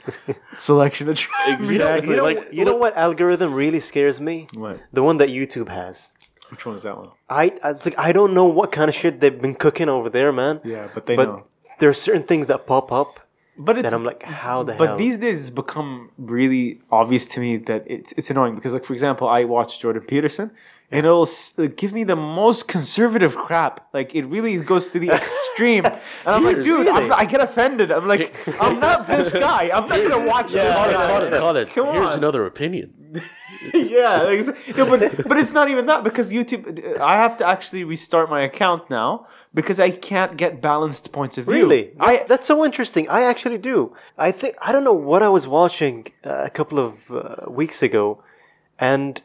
selection of trap? exactly. you know, like you know what algorithm really scares me? What? The one that YouTube has. Which one is that one? I I, it's like, I don't know what kind of shit they've been cooking over there, man. Yeah, but they but know. there are certain things that pop up But it's Then I'm like, how the but hell? these days it's become really obvious to me that it's it's annoying because like for example I watch Jordan Peterson and it'll s- like, give me the most conservative crap like it really goes to the extreme and I'm like dude Here's- I'm, Really? I get offended I'm like I'm not this guy I'm not gonna watch Yeah, this Cut it, guy. cut it, cut it. Come Here's on. another opinion. yeah, like, it's- no, but but it's not even that because YouTube. I have to actually restart my account now because I can't get balanced points of view. Really? I That's, that's so interesting. I actually do. I think I don't know what I was watching uh, a couple of uh, weeks ago, and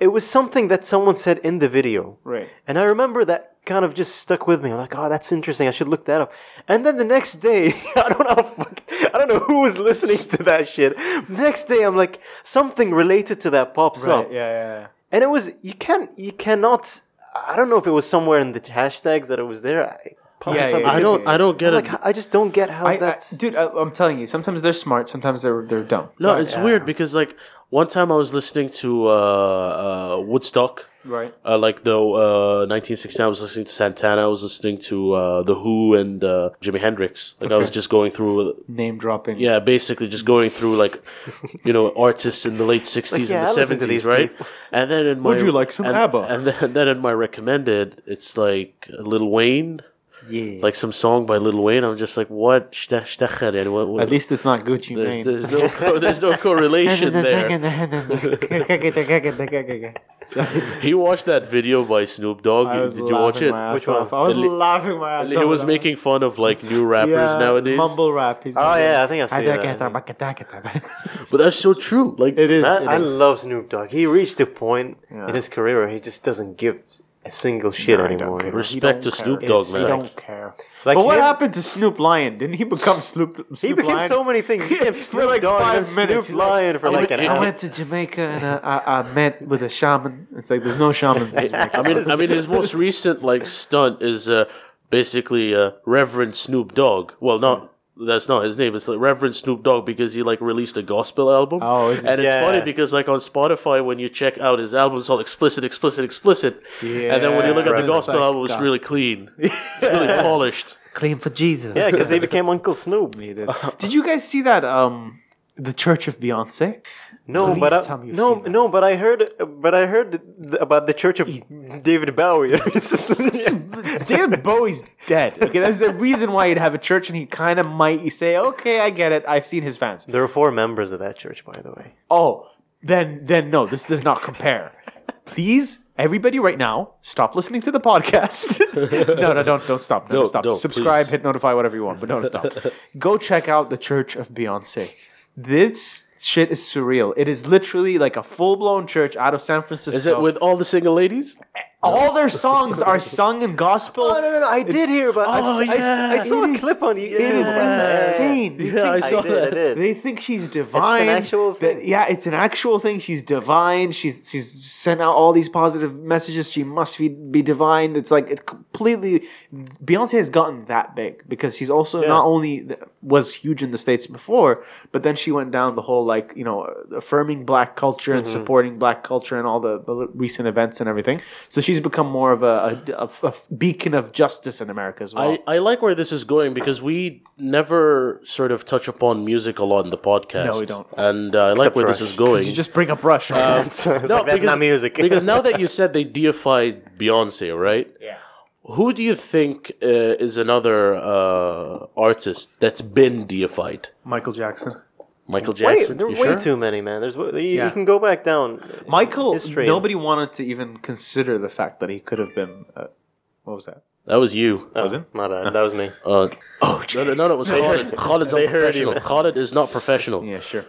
it was something that someone said in the video. Right. And I remember that kind of just stuck with me. I'm like, oh, that's interesting. I should look that up. And then the next day, I don't know. fuck- I don't know who was listening to that shit. Next day, I'm like, something related to that pops Right, up. yeah, yeah, yeah. And it was you can you cannot. I don't know if it was somewhere in the hashtags that it was there. I, popped Yeah, up. yeah, I don't, I don't get I'm like, it. I just don't get how I, I, that's. dude, I, I'm telling you, sometimes they're smart, sometimes they're they're dumb. No, it's weird because like one time I was listening to uh, uh, Woodstock. Right. Uh, like the uh, 1969, I was listening to Santana. I was listening to uh, the Who and uh, Jimi Hendrix. Like I was just going through Name dropping. Yeah, basically just going through like, you know, artists in the late '60s yeah, and I the listen to '70s, these right? And then in my Would you like some and, ABBA? And then, then in my recommended, it's like Lil Wayne, yeah. like some song by Lil Wayne. I'm just like, what? Shta- shta khair, What? what At least it's not Gucci there's, Mane. there's no co- there's no correlation there. Sorry. He watched that video by Snoop I Dogg. was Did you watch laughing it? my ass Which one? off. I was Li- laughing my ass He off was at that. making fun of like new rappers Yeah, nowadays. Mumble rap. He's oh yeah, I think I've seen that. But that's so true. Like It is. That- it I is. love Snoop Dogg. He reached a point Yeah. in his career where he just doesn't give a single shit anymore. respect to don't Snoop care. Dogg, He man. don't care. Like but what him- happened to Snoop Lion? Didn't he become Snoop? Snoop He became Lion? so many things. He became For Snoop like Dogg, five and then minutes. Snoop Lion for like an I I hour. went to Jamaica and uh, I, I met with a shaman. It's like there's no shamans in Jamaica. I mean, I mean, his most recent like stunt is uh, basically uh, Reverend Snoop Dogg. Well, not that's not his name. It's like Reverend Snoop Dogg because he like released a gospel album. Oh, is it? and it's Yeah. funny because like on Spotify when you check out his album, it's all explicit, explicit, explicit. and then when you look at right. the gospel It's like album, it's God. really clean, it's really polished. claim for Jesus. Yeah, because he became Uncle Snoop. did. Did you guys see that? Um, the Church of Beyonce. No, Please but I, tell me you've no, seen that. no, but I heard, but I heard th- about the Church of David Bowie. David Bowie's dead. Okay, that's the reason why he'd have a church, and he kind of might say, "Okay, I get it. I've seen his fans." There are four members of that church, by the way. Oh, then then no, this does not compare. Please, everybody, right now, stop listening to the podcast. no, no, don't don't stop. Don't, Don't, stop. don't, Subscribe, please. hit notify, whatever you want, but don't stop. Go check out the Church of Beyonce. This shit is surreal. It is literally like a full blown church out of San Francisco. Is it with all the single ladies? all their songs are sung in gospel? Oh no, no, no! I did hear about. Oh, I, yeah. I, I saw It a is- clip on you. It is Yeah. insane. They Yeah, I think- saw I did, I that. did. They think she's divine. actual That- thing. yeah, it's an actual thing. She's divine. She's she's sent out all these positive messages. She must be, be divine. It's like it completely. Beyonce has gotten that big because she's also not only th- was huge in the states before, but then she went down the whole like you know affirming black culture and Mm-hmm. supporting black culture and all the, the recent events and everything. So she's become more of a, a, a- a beacon of justice in America as well. I, I like where this is going because we never sort of touch upon music a lot in the podcast. No, we don't. And uh, I like where this for- is going. you just bring up Rush. It's like, that's not music. because now that you said they deified Beyonce, right? Yeah. Who do you think uh, is another uh, artist that's been deified? Michael Jackson. Michael Wait, Jackson. there are way You sure? too many, man. There's you, Yeah. you can go back down. Michael, History. nobody wanted to even consider the fact that he could have been. Uh, what was that? that was you. Oh, it? My bad. That was me. Uh, oh, no, no, no, no, it was Khalid. Khaled's they heard you, unprofessional. Khalid is not professional. Yeah, sure.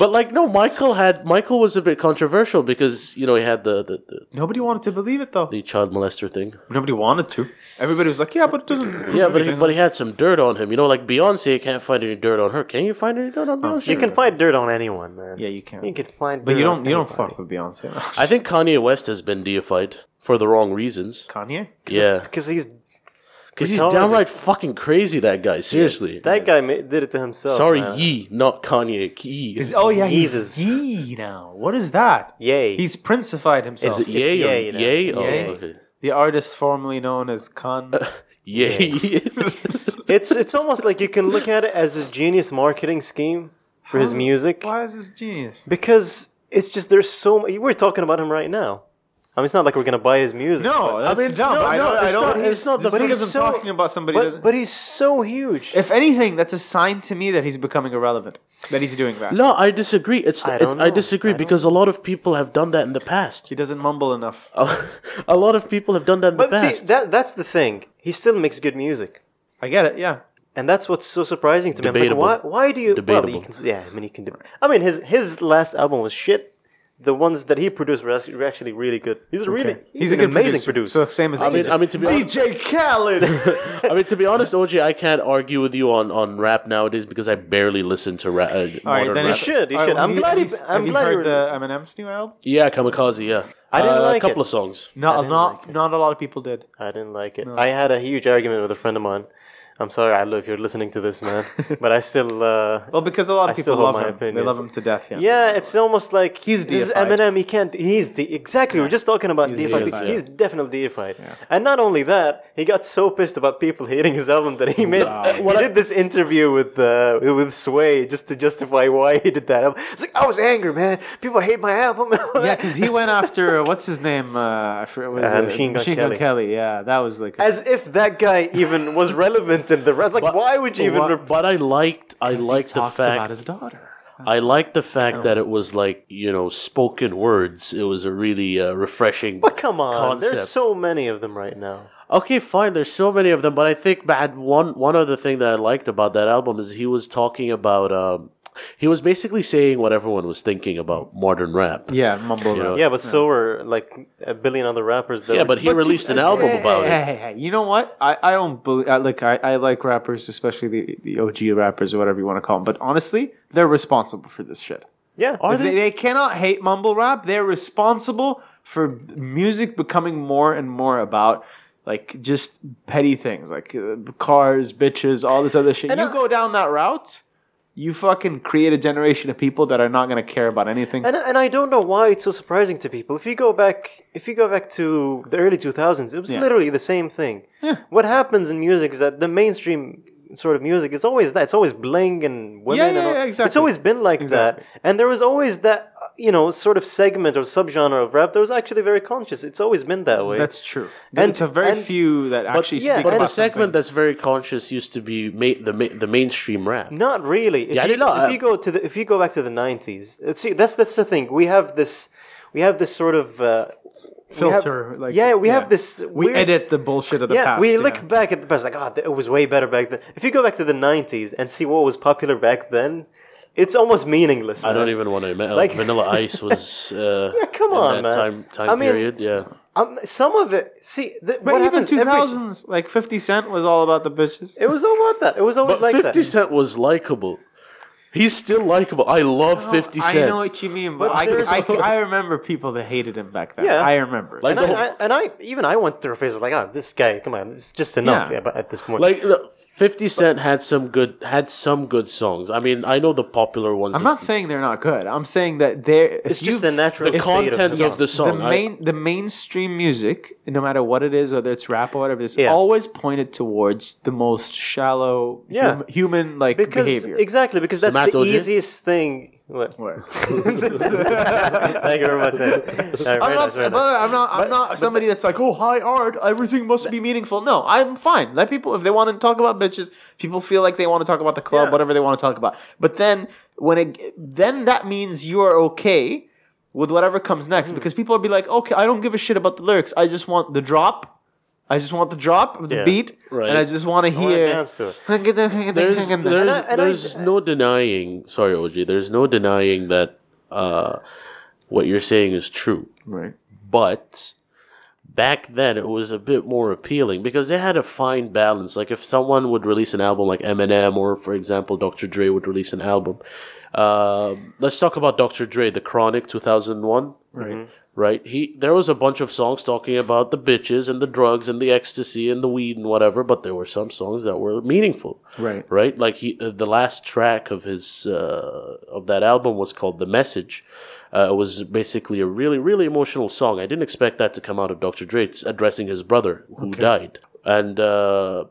But like, no, Michael had Michael was a bit controversial because you know he had the the, the, nobody wanted to believe it though. the child molester thing. Nobody wanted to. Everybody was like, "Yeah, but it doesn't." Yeah, but he, but he had some dirt on him. You know, like Beyonce can't find any dirt on her. Can you find any dirt on Beyonce? You can find dirt on anyone, man. Yeah, you can. You can find. but dirt you on don't. You don't anybody. fuck with Beyonce. I think Kanye West has been deified for the wrong reasons. Kanye. Yeah, Because he's because he's retarded. downright fucking crazy. That guy, seriously. that guy ma- did it to himself. Sorry, man. Yee, not Kanye. Yee. Is, oh yeah, he's Jesus. Yee now. What is that? Yay. He's princified himself. Is it Yay or Ye now. Yay? Oh, Ye. okay. the artist formerly known as Khan? Yay. It's it's almost like you can look at it as a genius marketing scheme for his music Why is this genius? because it's just there's so mu- We're talking about him right now. I mean, it's not like we're gonna buy his music. No, but- that's mean, dumb. no, I don't. no, I it's don't. not- it's not the just because fact- I'm talking about somebody. but, doesn't, but he's so huge. if anything, that's a sign to me that he's becoming irrelevant. That he's doing that. No, I disagree. It's I I, don't it's, I know. disagree I don't because a lot of people have done that in the past. He doesn't mumble enough. a lot of people have done that in but the past. see, that that's the thing. He still makes good music, I get it. Yeah. and that's what's so surprising to me. I'm like, Debatable. why? Why do you? Well, you Debatable. can, s- yeah, I mean, you can. deb- I mean, his his last album was shit. The ones that he produced were act- were actually really good. He's a really he's, He's a an good amazing producer. So same as I mean- Weezer. I mean, to be honest- DJ Khaled. I mean, to be honest, OG, I can't argue with you on, on rap nowadays because I barely listen to rap. Uh, All right, modern then rap. he should, he All should. well, I'm glad he- he's- I'm have you glad he heard the Eminem's new album. Yeah, Kamikaze. Yeah, I didn't Uh, like a couple it. of songs. Not didn't not like it. not a lot of people did. I didn't like it. I had a huge argument with a friend of mine. I'm sorry, I love you're listening to this, man. but I still. Uh, Well, because a lot of I people still love hold my him. They opinion. love him to death. Yeah. yeah, it's almost like He's this is deified. Eminem. He can't. He's de- exactly. We're just talking about deified. deified, He's definitely deified. Yeah. And not only that, he got so pissed about people hating his album that he made. uh, he what I- did this interview with uh, with Sway just to justify why he did that. album. It's like I was angry, man. People hate my album. Yeah, because he went after uh, what's his name? Uh, I forget what is Uh, it? Machine Gun Kelly. Yeah, that was like a- As if that guy even was relevant in the rest. Like, But- why would you even? But, Rep- but I liked. I he liked the talked about fact. his daughter. I liked the fact that it was like you know spoken words. It was a really uh, refreshing. but come on, there's Concept. so many of them right now. Okay, fine. There's so many of them, but I think bad one one other thing that I liked about that album is he was talking about. Um, he was basically saying what everyone was thinking about modern rap. Yeah, mumble You know, rap. Yeah, but so were like a billion other rappers. That Yeah, were- but eh, he But see, released an it's- album hey, about hey, it. Hey, hey, hey, you know what? I, I don't believe. I, look, I, I like rappers, especially the, the OG rappers or whatever you want to call them. But honestly, they're responsible for this shit. yeah, Are They, they cannot hate mumble rap. They're responsible for music becoming more and more about like just petty things, like uh, cars, bitches, all this other shit. And you I- go down that route, you fucking create a generation of people that are not going to care about anything. And, and I don't know why it's so surprising to people. If you go back, if you go back to the early 2000s, it was Yeah. literally the same thing. What happens in music is that the mainstream sort of music is always that. It's always bling and women. yeah, and all. yeah, It's exactly. always been like Exactly. that. And there was always that, uh, you know, sort of segment or subgenre of rap that was actually very conscious. It's always been that way. That's true. And- And it's a very and- few that actually yeah, speak but But about the something. segment that's very conscious used to be ma- the ma- the mainstream rap. Not really. If, Yeah, I you, didn't know. uh, if you go to the, if you go back to the nineties, uh, see that's that's the thing. We have this we have this sort of uh, we have- Filter, like- yeah, we yeah. have this. we weird- edit the bullshit of the yeah, past. we look back at the past like, oh, it was way better back then. If you go back to the '90s and see what was popular back then, it's almost meaningless. I don't man. even want to admit. Like- Like, Vanilla Ice was. Uh, come in on, that man. Time time I mean- period. Yeah. Um, some of it. See, th- But what even happens every- 2000s, like 50 Cent was all about the bitches. it was all about that. It was always But like Fifty that. Cent was likable. He's still likable. Oh, I love Fifty Cent. I know what you mean, but, But I, there's- I, I remember people that hated him back then. Yeah. I remember. Like And the I, whole- I, and I even I went through a phase of like, oh, this guy, come on, it's just enough. Yeah. Yeah, but at this point, Like look, Fifty Cent had some good had some good songs. I mean, I know the popular ones. I'm not saying they're not good. I'm saying that they're. it's just the natural the state of content of songs. the song. The main, the mainstream music, no matter what it is, whether it's rap or whatever, is Yeah. always pointed towards the most shallow, Yeah. hum- human like because behavior. exactly because that's Matt the told you? easiest thing. What? Where- Thank you very much. man. Yeah, very I'm not, nice, very but nice. I'm not, I'm not somebody that's like, oh, high art, everything must be meaningful. No, I'm fine. Let people, if they want to talk about bitches, people feel like they want to talk about the club, Yeah. whatever they want to talk about. But then when it, then that means you are okay with whatever comes Mm-hmm. next because people will be like, okay, I don't give a shit about the lyrics. I just want the drop. I just want the drop of the Yeah. beat, Right. and I just want to wanna hear. dance to it. there's there's, I- and I- there's no denying. Sorry, OG. There's no denying that uh, what you're saying is true. right. but back then it was a bit more appealing because they had a fine balance. Like if someone would release an album like Eminem or, for example, Dr. Dre would release an album. Um let's talk about Dr. Dre, The Chronic, two thousand one. Right. Mm-hmm. Right. He there was a bunch of songs talking about the bitches and the drugs and the ecstasy and the weed and whatever, but there were some songs that were meaningful. Right. Right. Like he, uh, the last track of his uh, of that album was called "The Message." Uh, it was basically a really, really emotional song. I didn't expect that to come out of Dr. Dre it's addressing his brother who died, and uh,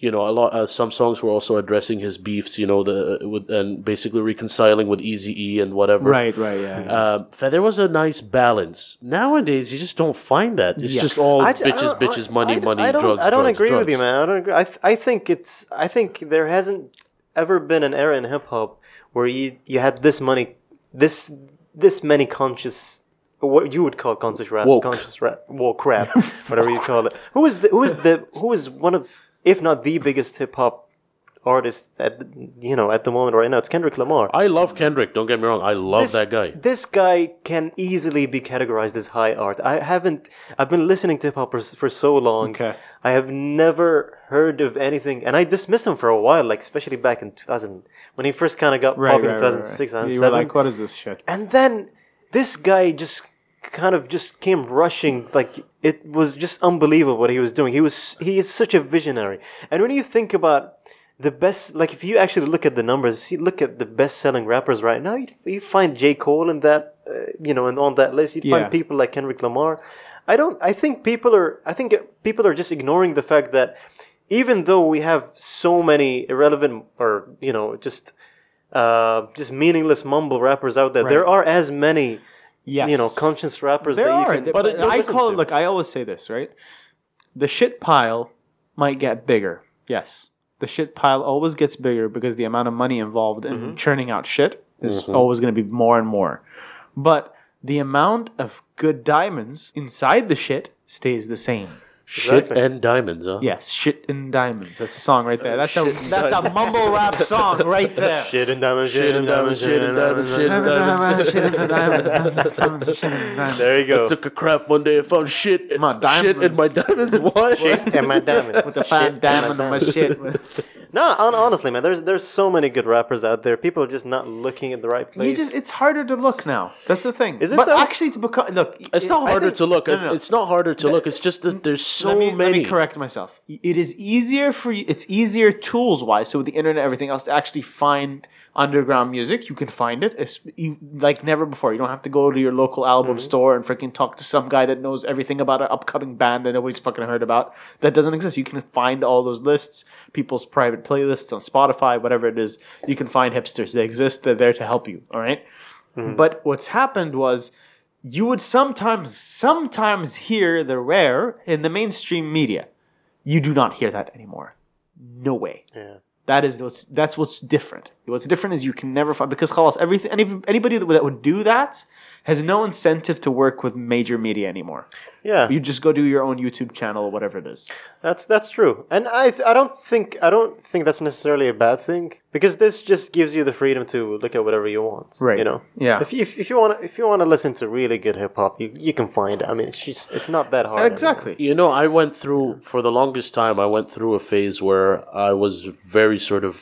you know, a lot. Uh, some songs were also addressing his beefs, you know, the uh, with, and basically reconciling with Easy E and whatever. Right, right, yeah. Um, fa- there was a nice balance. Nowadays, you just don't find that. It's Yes. just all I j- I bitches, don't- bitches, I- money, I d- money, I don't, drugs. I don't drugs, agree with drugs. you, man. I don't agree. I, th- I think it's. I think there hasn't ever been an era in hip hop where you you had this money, this this many conscious. What you would call conscious rap, Woke. conscious rap, woke rap, whatever you call it. Who is the who is the who is one of, if not the biggest hip hop artist at the- you know at the moment right now? It's Kendrick Lamar. I love Kendrick. Don't get me wrong. I love this, that guy. This guy can easily be categorized as high art. I haven't. I've been listening to hip hop for, for so long. Okay. I have never heard of anything, and I dismissed him for a while, like especially back in 2000 when he first kind of got Right, popular right, in right, 2006, right. 2007. You were like, what is this shit? and then this guy just kind of just came rushing like it was just unbelievable what he was doing he was he is such a visionary and when you think about the best like if you actually look at the numbers see look at the best selling rappers right now you, you find j cole in that uh, you know and on that list you'd Yeah. find people like kendrick lamar i don't i think people are i think people are just ignoring the fact that even though we have so many irrelevant or you know just uh, just meaningless mumble rappers out there. There are as many, Yes. you know, conscious rappers There that you are. can. th- but go I listen call to. it. Look, I always say this, right? The shit pile might get bigger. Yes, the shit pile always gets bigger because the amount of money involved in Mm-hmm. churning out shit is always going to be more and more. But the amount of good diamonds inside the shit stays the same. Shit Exactly. and diamonds, huh? Yes, shit and diamonds. That's a song right there. That's a Shit and that's a mumble rap song right there. Shit and diamonds, Shit and diamonds, shit and diamonds, shit and diamonds. Shit and diamonds. Shit and diamonds. There you go. Took a crap one day and found shit. My Shit in diamonds. my diamonds. What? Shit and my diamonds. With The fine diamond of my shit. No, hon- honestly, man, there's there's so many good rappers out there. People are just not looking at the right place. You just, it's harder to look now. That's the thing. Is it But though? actually, it's because look, It's not I harder think- to look. no, It's, no, no. it's not harder to look. It's just that there's so let me, many. Let me correct myself. It is easier for you. It's easier tools wise. So with the internet, and everything else to actually find underground music, you can find it it's, you, like never before. You don't have to go to your local album store and freaking talk to some guy that knows everything about an upcoming band that nobody's fucking heard about. That doesn't exist. You can find all those lists, people's private playlists on Spotify, whatever it is. You can find hipsters. They exist. They're there to help you. All right? But what's happened was you would sometimes sometimes hear the rare in the mainstream media. You do not hear that anymore. No way. Yeah. That is what's that's what's different. What's different is you can never find because خلاص, everything any, anybody that would, that would do that has no incentive to work with major media anymore. yeah. You just go do your own YouTube channel or whatever it is. That's that's true, and I th- I don't think I don't think that's necessarily a bad thing because this just gives you the freedom to look at whatever you want. Right. You know. Yeah. If you, if, if you want if you want to listen to really good hip hop, you, you can find. it. I mean, it's just it's not that hard. Exactly. You know, I went through for the longest time. I went through a phase where I was very sort of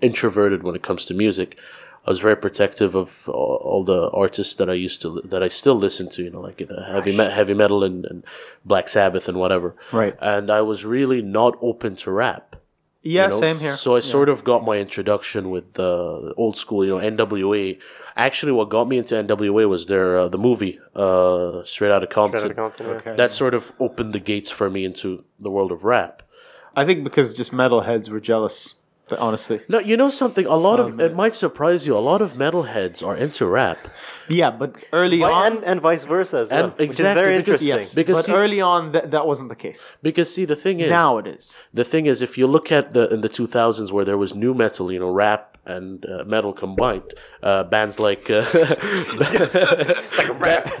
introverted when it comes to music. I was very protective of all, all the artists that I used to that I still listen to. You know, like the heavy me- heavy metal and, and Black Sabbath and whatever. Right. And I was really not open to rap. Yeah, know? same here. So I sort of got my introduction with the old school, you know, NWA. Actually, what got me into NWA was their uh, the movie uh, Straight Outta Compton. Better content, yeah. That sort of opened the gates for me into the world of rap. I think because just metalheads were jealous. Honestly, No, you know something. A lot of it might surprise you. A lot of metalheads are into rap. yeah, but early Vi- on, and, and vice versa as well, And which is very because- interesting. yes, Because but see- early on that that wasn't the case. Because see, the thing is, Now it is. the thing is, if you look at the in the two thousands where there was new metal, you know, rap and uh, metal combined, uh, bands like uh, rap,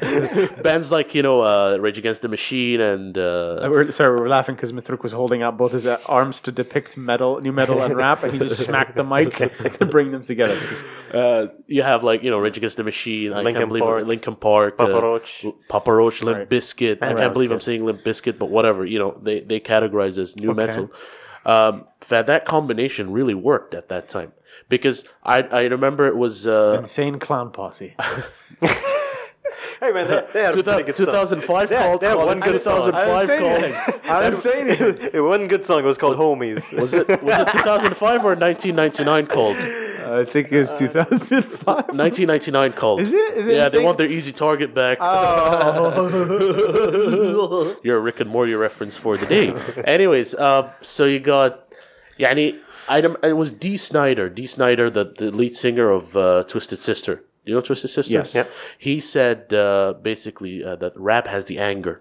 bands like you know uh, Rage Against the Machine and uh, We're, sorry, we were laughing because Mitruk was holding out both his uh, arms to depict metal, new metal and rap, and he just smacked the mic to bring them together. Just- uh, you have like you know Rage Against the Machine, I Linkin can't believe Park. it, Linkin Park, Papa uh, Roach. L- Papa Roach, Limp Biscuit. I can't believe I'm Biscuit. saying Limp Biscuit, but whatever. You know they they categorize as new metal. Um, that that combination really worked at that time because I I remember it was uh, Insane clown posse. Hey man, they, they had a pretty 2000, good song. 2005 Yeah, called, they had called one good song. I 2005 didn't say called I didn't say anything. It wasn't good song. It was called Homies. was it was it 2005 or 1999 called I think it was 2005. 1999 called Is it- is it yeah they insane? want their easy target back Oh. your Rick and Morty reference for the day anyways uh, so you got يعني I rem- it was D. Snyder, D. Snyder, the, the lead singer of uh, Twisted Sister. You know Twisted Sister? Yes. Yep. He said uh, basically uh, that rap has the anger,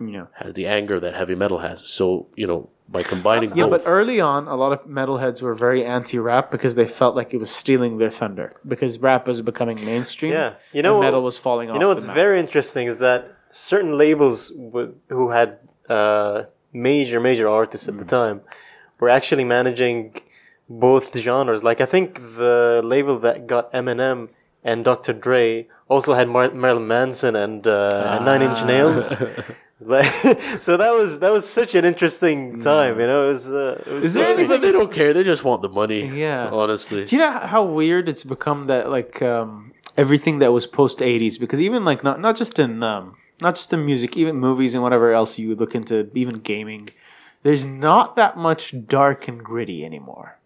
Yeah. has the anger that heavy metal has. So you know by combining Yeah, but both, early on, a lot of metalheads were very anti-rap because they felt like it was stealing their thunder because rap was becoming mainstream. Yeah. You and know- metal was falling off. You know the what's map. very interesting is that certain labels w- who had uh, major major artists at the time were actually managing both genres. Like I think the label that got Eminem and Dr. Dre also had Mar- Marilyn Manson and, uh, and Nine Inch Nails. Like, so that was that was such an interesting time, you know. It was, uh, it was Is there such- anything- But they don't care. They just want the money. Yeah. honestly. Do you know how weird it's become that like um, everything that was post '80s? Because even like not not just in um, not just in music, even movies and whatever else you look into, even gaming. There's not that much dark and gritty anymore.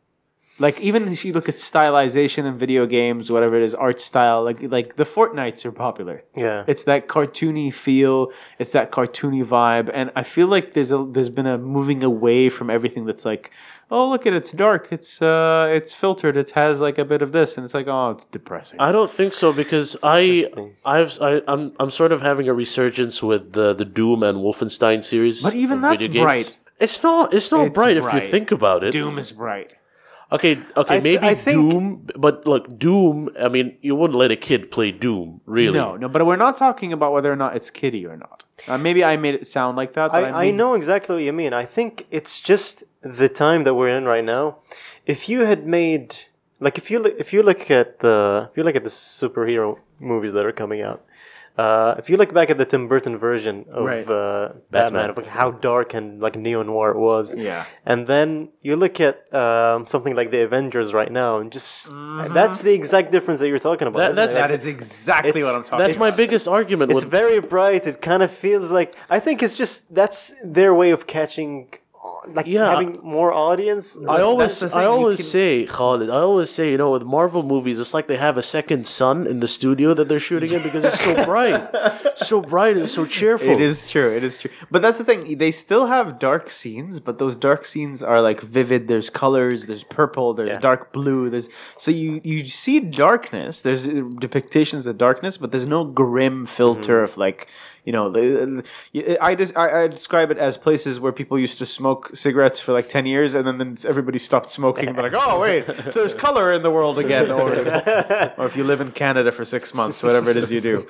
Like even if you look at stylization in video games, whatever it is, art style, like like the Fortnites are popular. Yeah. It's that cartoony feel. It's that cartoony vibe, and I feel like there's a there's been a moving away from everything that's like, oh look at it, it's dark, it's uh it's filtered, it has like a bit of this, and it's like oh it's depressing. I don't think so because I interesting. I've I, I'm I'm sort of having a resurgence with the the Doom and Wolfenstein series. But even of that's video games. bright. It's not it's not It's bright, if bright. you think about it. Doom is bright. Okay, okay, I th- maybe I think- Doom, but look, Doom. I mean, you wouldn't let a kid play Doom, really. No, no, but we're not talking about whether or not it's kitty or not. Uh, maybe I made it sound like that. But I, I, I mean- know exactly what you mean. I think it's just the time that we're in right now. If you had made like if you look if you look at the if you look at the superhero movies that are coming out, uh, if you look back at the Tim Burton version of Right. uh, Batman, Batman. of like how dark and like neo noir it was, Yeah. and then you look at um, something like the Avengers right now, and just Mm-hmm. that's the exact difference that you're talking about. That- isn't it? that's- that is exactly It's- what I'm talking. that's my about. biggest argument It's with very bright. It kind of feels like I think it's just that's their way of catching, like Yeah. having more audience. I always, the thing, I you always can- say, Khalid, I always say, you know, with Marvel movies, it's like they have a second sun in the studio that they're shooting in because it's so bright, so bright and so cheerful. It is true. It is true. But that's the thing. They still have dark scenes, but those dark scenes are like vivid. There's colors. There's purple. There's dark blue. There's so you you see darkness. There's uh, depictions of darkness, but there's no grim filter of like you know. the- the- I just I, I describe it as places where people used to smoke cigarettes for like ten years, and then, then everybody stopped smoking. And they're like, oh wait, there's color in the world again. Or or if you live in Canada for six months, whatever it is you do.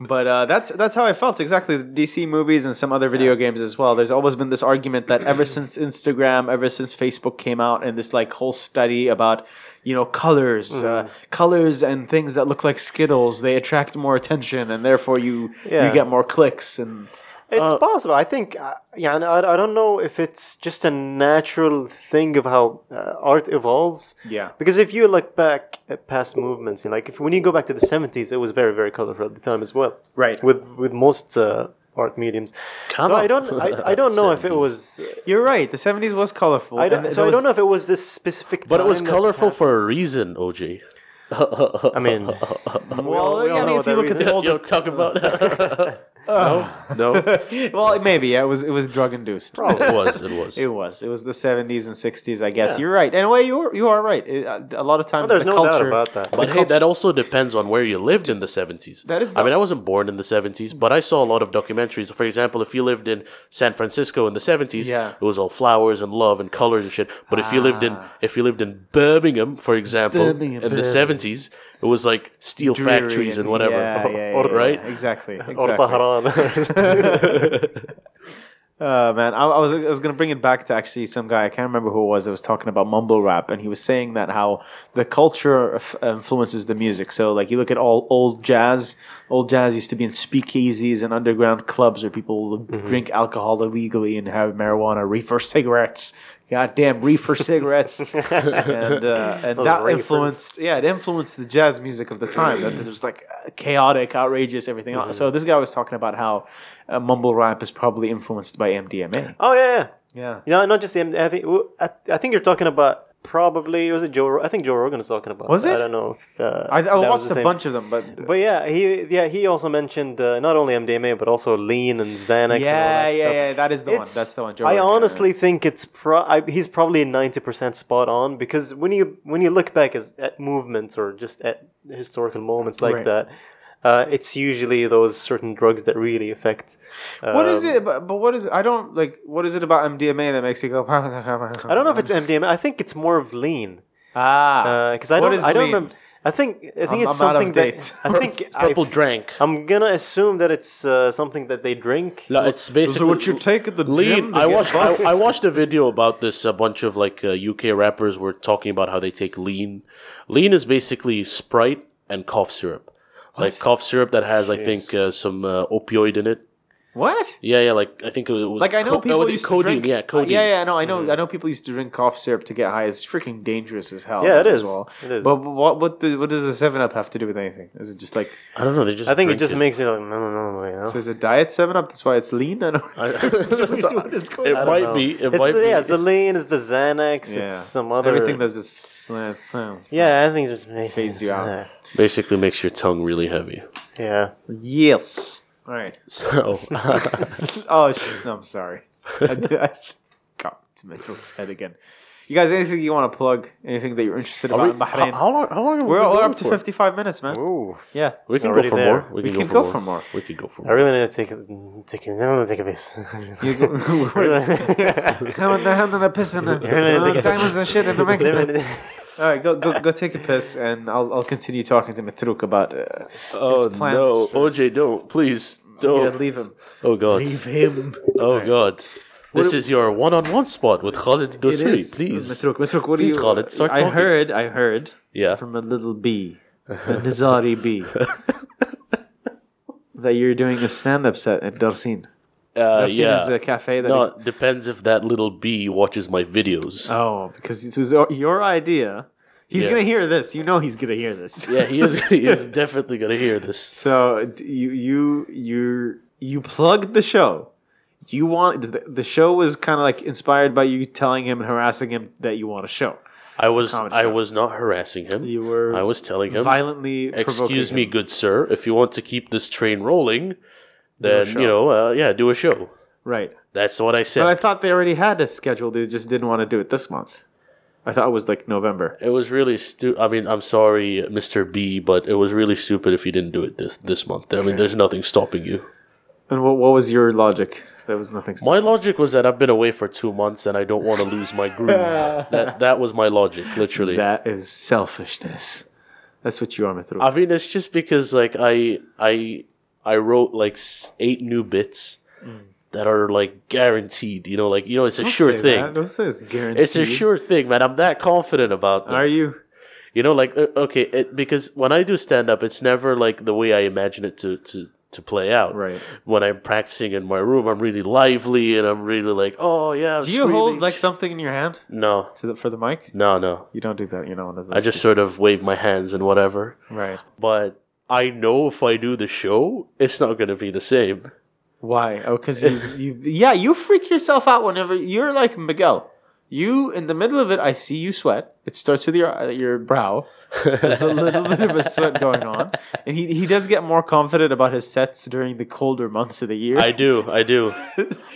But uh, that's that's how I felt exactly. The DC movies and some other video games as well. There's always been this argument that ever since Instagram, ever since Facebook came out, and this like whole study about you know colors, uh, Mm-hmm. colors and things that look like Skittles, they attract more attention, and therefore you Yeah. you get more clicks. And It's possible. I think. Uh, yeah, and I, I don't know if it's just a natural thing of how uh, art evolves. Yeah. Because if you look back at past movements, you know, like if when you go back to the seventies, it was very very colorful at the time as well. Right. With with most uh, art mediums. Come so I on. don't I, I don't know if it was. you're right. The '70s was colorful. I don't, and so there I was- don't know if it was this specific. Time but it was that colorful happened. for a reason, OJ. I mean, Oh, Well, we all yeah, I know mean, if you that look at the reason. older, Yo, talk about no, no, it well, maybe yeah, it was it was drug induced. was, it was. It was. It was the seventies and sixties. I guess you're right. And a way, you are, you are right. It, uh, a lot of times, there's the no culture, doubt about that. But hey, that also depends on where you lived in the 70s. That is I the- mean, I wasn't born in the 70s, but I saw a lot of documentaries. For example, if you lived in San Francisco in the 70s, Yeah. Ah. it was all flowers and love and colors and shit. But if you lived in if you lived in Birmingham, for example, Birmingham, in the Birmingham. 70s, it was like steel Dreary factories and whatever. Yeah, yeah, Or- yeah, yeah, right? Exactly. exactly. or Tehran. Uh, man, I, I was I was gonna bring it back to actually some guy I can't remember who it was that was talking about mumble rap, and he was saying that how the culture f- influences the music. So like you look at all old jazz, old jazz used to be in speakeasies and underground clubs where people would drink alcohol illegally and have marijuana, reefer cigarettes, goddamn reefer cigarettes, and uh, and that reefers. influenced yeah it influenced the jazz music of the time. that it was like chaotic, outrageous, everything. else. So this guy was talking about how uh, mumble rap is probably influenced by MDMA. Oh yeah, yeah. Yeah. You know, not just the. M- I think I, I think you're talking about probably was it Joe? Ro- I think Joe Rogan was talking about. Was that. it? I don't know. If, uh, I, that I was watched the a same. bunch of them, but, But yeah, he yeah he also mentioned uh, not only MDMA but also lean and Xanax. and all yeah, yeah, that stuff. yeah, that is the one. It's- That's the one. Joe I Rogan, yeah, honestly think it's pro. I, he's probably ninety percent spot on because when you when you look back as, at movements or just at historical moments like Right. that, uh, it's usually those certain drugs that really affect. Um, What is it? But, but what is it? I don't like. What is it about MDMA that makes you go? I don't know if it's Uh, MDMA. I think it's more of lean ah. because I What don't. is I don't lean? remember. I think I think I'm- it's I'm out of something that date. I think I, Purple drank. I'm gonna assume that it's uh, something that they drink. No, it's basically take at the Lean. I watched. I, I watched a video about this. A bunch of like uh, UK rappers were talking about how they take lean. Lean is basically Sprite and cough syrup, like cough syrup that has, I think, uh, some uh, opioid in it. what? Yeah, yeah. Like I think it was Like I know co- people oh, used to codeine. drink. Uh, Yeah, codeine. Mm-hmm. Yeah, yeah. No, I know. I know people used to drink cough syrup to get high. It's freaking dangerous as hell. Yeah, it as is. well. It is. But what? What? The, what does the Seven Up have to do with anything? Is it just like? I don't know. They just. I think it drink just makes you like no no no no. You know? So is it diet Seven Up? That's why it's lean. I don't. I- what is going It on? I don't might know. be. It it's might the, be. Yeah, it's the lean, it's the Xanax, it's some other. everything does this. Uh, thing. Yeah, I think it just makes Fades you out. Yeah. Basically, makes your tongue really heavy. Yeah. Yes. All right. So Oh, sh- no, I'm sorry. I did, I got to mental upset again. You guys, anything you want to plug? Anything that you're interested about Are we- in Bahrain? How, how long? How long? have we we're been we're going up to for? 55 minutes, man. Ooh. Yeah. We can Already go for there. more. We We can, can go, go for, for more. more. We can go for I more. really need to take a take a, I want to take a piece. You go- Come on, the hand and a piss and really a- diamonds and shit in the mic. All right, go go go take a piss, and I'll I'll continue talking to Matruk about. Uh, Oh His plans no, for- OJ, don't please yeah, don't. leave him. oh god, Leave him. oh god. This is your one-on-one spot with Khalid Dosri, please. Matruk, Matruk, what do Please, you? Khalid, start I talking. heard, I heard Yeah. from a little bee, a Nizari bee, that you're doing a stand-up set at Darsin. Uh, Darsin yeah. is a cafe that. no, ex- it depends if that little bee watches my videos. oh, because it was your- your idea. He's Yeah. gonna hear this. You know he's gonna hear this. yeah, he is. He is definitely gonna hear this. So d- you you you you plugged the show. You want the, the show was kind of like inspired by you telling him and harassing him that you want a show. I was. Comedy I show. was not harassing him. You were I was telling him. violently. provoking Excuse him. me, good sir. If you want to keep this train rolling, then show. you know, uh, yeah, do a show. Right. That's what I But I said. thought they already had a schedule. They just didn't want to do it this month. I thought it was like November. it was really stupid. I mean, I'm sorry, Mr. B, but it was really stupid if you didn't do it this this month. I mean, there's nothing stopping you. And what, what was your logic? There was nothing. My logic was that I've been away for two months and I don't want to lose my groove. that that was my logic, literally. that is selfishness. That's what you are, Mithra. I mean, it's just because like I I I wrote like s- eight new bits that are like guaranteed. You know, like you know, it's a sure Say thing. that. Mm. Don't say it's guaranteed. It's a sure thing, man. I'm that confident about them. Are you? You know, like uh, okay, it, because when I do stand up, it's never like the way I imagine it to to to play out. Right. When I'm practicing in my room, I'm really lively and I'm really like, oh yeah. Do you hold like something in your hand No, to the, for the mic? no, no. You don't do that. You're not one of those. I just sort of wave my hands and whatever. right. But I know if I do the show, it's not going to be the same. Why? Oh, because you, you, yeah, you freak yourself out whenever you're like Miguel. You in the middle of it, I see you sweat. It starts with your uh, your brow. There's a little bit of a sweat going on, and he, he does get more confident about his sets during the colder months of the year. I do, I do.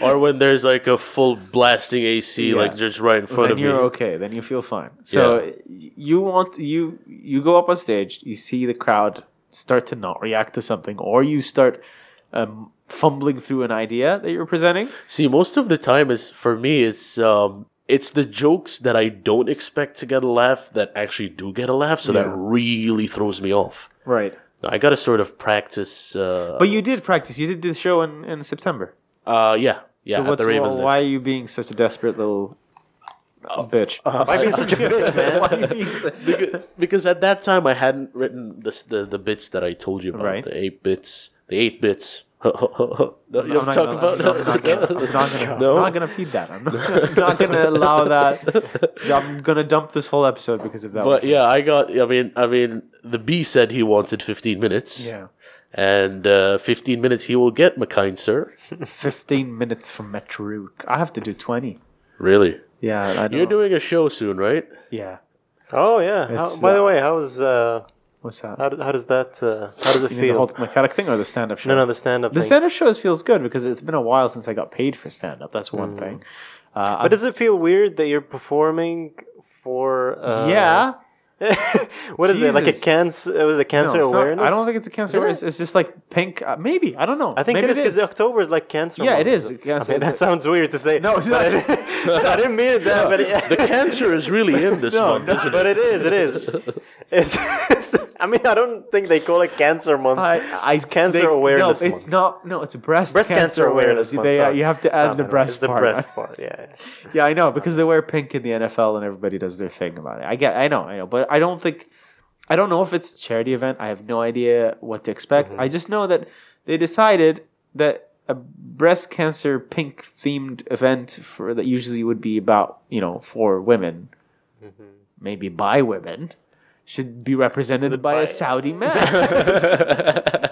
or when there's like a full blasting AC, Yeah. like just right in front then of me. you're okay. Then you feel fine. So Yeah. y- you want you you go up on stage. You see the crowd start to not react to something, or you start um, fumbling through an idea that you're presenting. See, most of the time is for me. It's um, it's the jokes that I don't expect to get a laugh that actually do get a laugh, so that Yeah. really throws me off. Right. I got to sort of practice. Uh, But you did practice. You did the show in, in September. uh yeah, yeah. so at what's the Ravens why are Nest. you being such a desperate little bitch? Why being such a bitch, man? Why are you being such- Because, because at that time I hadn't written the s- the, the bits that I told you about. Right. The eight bits. The eight bits. no, you I'm don't not talk gonna- about. I'm not gonna- I'm not gonna- I'm No. not gonna feed that. I'm not, I'm not gonna allow that. I'm gonna dump this whole episode because of that. But one. yeah, I got. I mean, I mean, the B said he wanted 15 minutes. yeah, and uh, 15 minutes he will get, McKind, sir. fifteen minutes from Metro. I have to do twenty. Really? Yeah, I don't You're doing a show soon, right? Yeah, Oh yeah. How- It's, by uh, the way, how's uh, what's that? how, does, how does that uh, how does it You mean the feel? whole mechanic thing or the stand-up show? No, no, the stand up. The stand-up shows feels good because it's been a while since I got paid for stand-up. That's one thing. Uh, Mm. But does it feel weird that you're performing for? Uh, yeah, what is it like a Jesus. cancer? It was a No, cancer it's not- awareness. I don't think it's a cancer Isn't awareness. it? It's just like pink. Uh, maybe I don't know. I think maybe it is because October is like cancer. Yeah, it month. is. I Cancer- mean, that sounds weird to say. No, it's but not. I, so I didn't mean it that, but it, The cancer is really in this No, month, no. isn't it? but it is. It is. It's, it's, I mean, I don't think they call it cancer month. I, It's cancer No, awareness it's month. not. No, it's breast, breast cancer, awareness. month, They, uh, sorry. you have to No, add no, the no, breast it's the part. breast part. Yeah. yeah, I know because they wear pink in the NFL and everybody does their thing about it. I get, I know, I know, but I don't think, I don't know if it's a charity event. I have no idea what to expect. I just know that they decided that a breast cancer pink themed event for that usually would be about you know for women, maybe by women, should be represented by, by- a Saudi man. I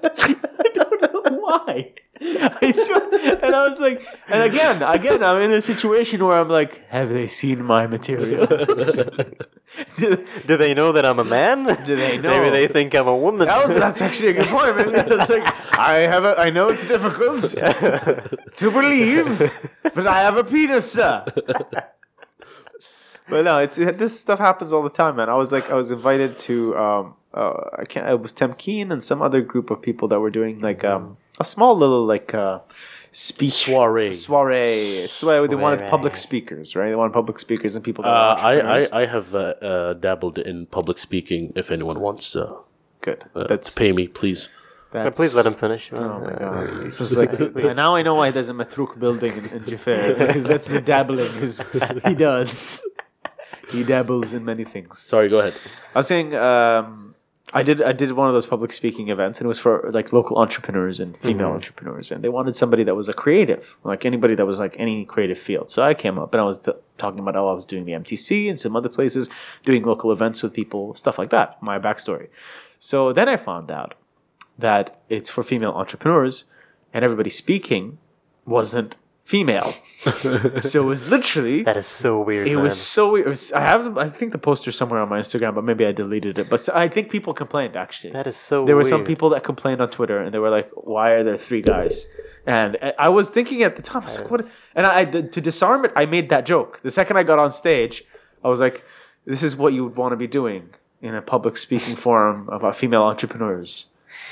don't know why. I don't, and I was like, and again, again, I'm in a situation where I'm like, have they seen my material? Do they know that I'm a man? Do they know? Maybe they think I'm a woman. That was- that's actually a good point. man. It's like I have a, I know it's difficult to believe, but I have a penis, sir. but no, it's it, this stuff happens all the time, man. I was like, I was invited to, um, uh, I can't, it was Tim Keen and some other group of people that were doing like um, a small little like uh, speech Soiree. soiree, soiree. They wanted Soiree. public speakers, right? They wanted public speakers and people. That Uh, were I, entrepreneurs. I, I have uh, uh, dabbled in public speaking. If anyone wants uh, good. uh, that's to pay me, please. that's Please let him finish. Oh my god! This is like and now I know why there's a Matruk building in, in Jafar because that's the dabbling is, he does. He dabbles in many things. Sorry, go ahead. I was saying, um, I did I did one of those public speaking events, and it was for like local entrepreneurs and female entrepreneurs, and they wanted somebody that was a creative, like anybody that was like any creative field. So I came up and I was t- talking about how I was doing the MTC and some other places, doing local events with people, stuff like that. My backstory. So then I found out that it's for female entrepreneurs, and everybody speaking wasn't female. so it was literally That is so weird. it man. was so weird. It was- I have, the, I think the poster somewhere on my Instagram, but maybe I deleted it. But s- I think people complained actually. That is so. there were some weird. people that complained on Twitter, and they were like, "Why are there three guys?" And I- I was thinking at the time, I was like, "What?" And I, I- to disarm it, I made that joke. The second I got on stage, I was like, "This is what you would want to be doing in a public speaking forum about female entrepreneurs."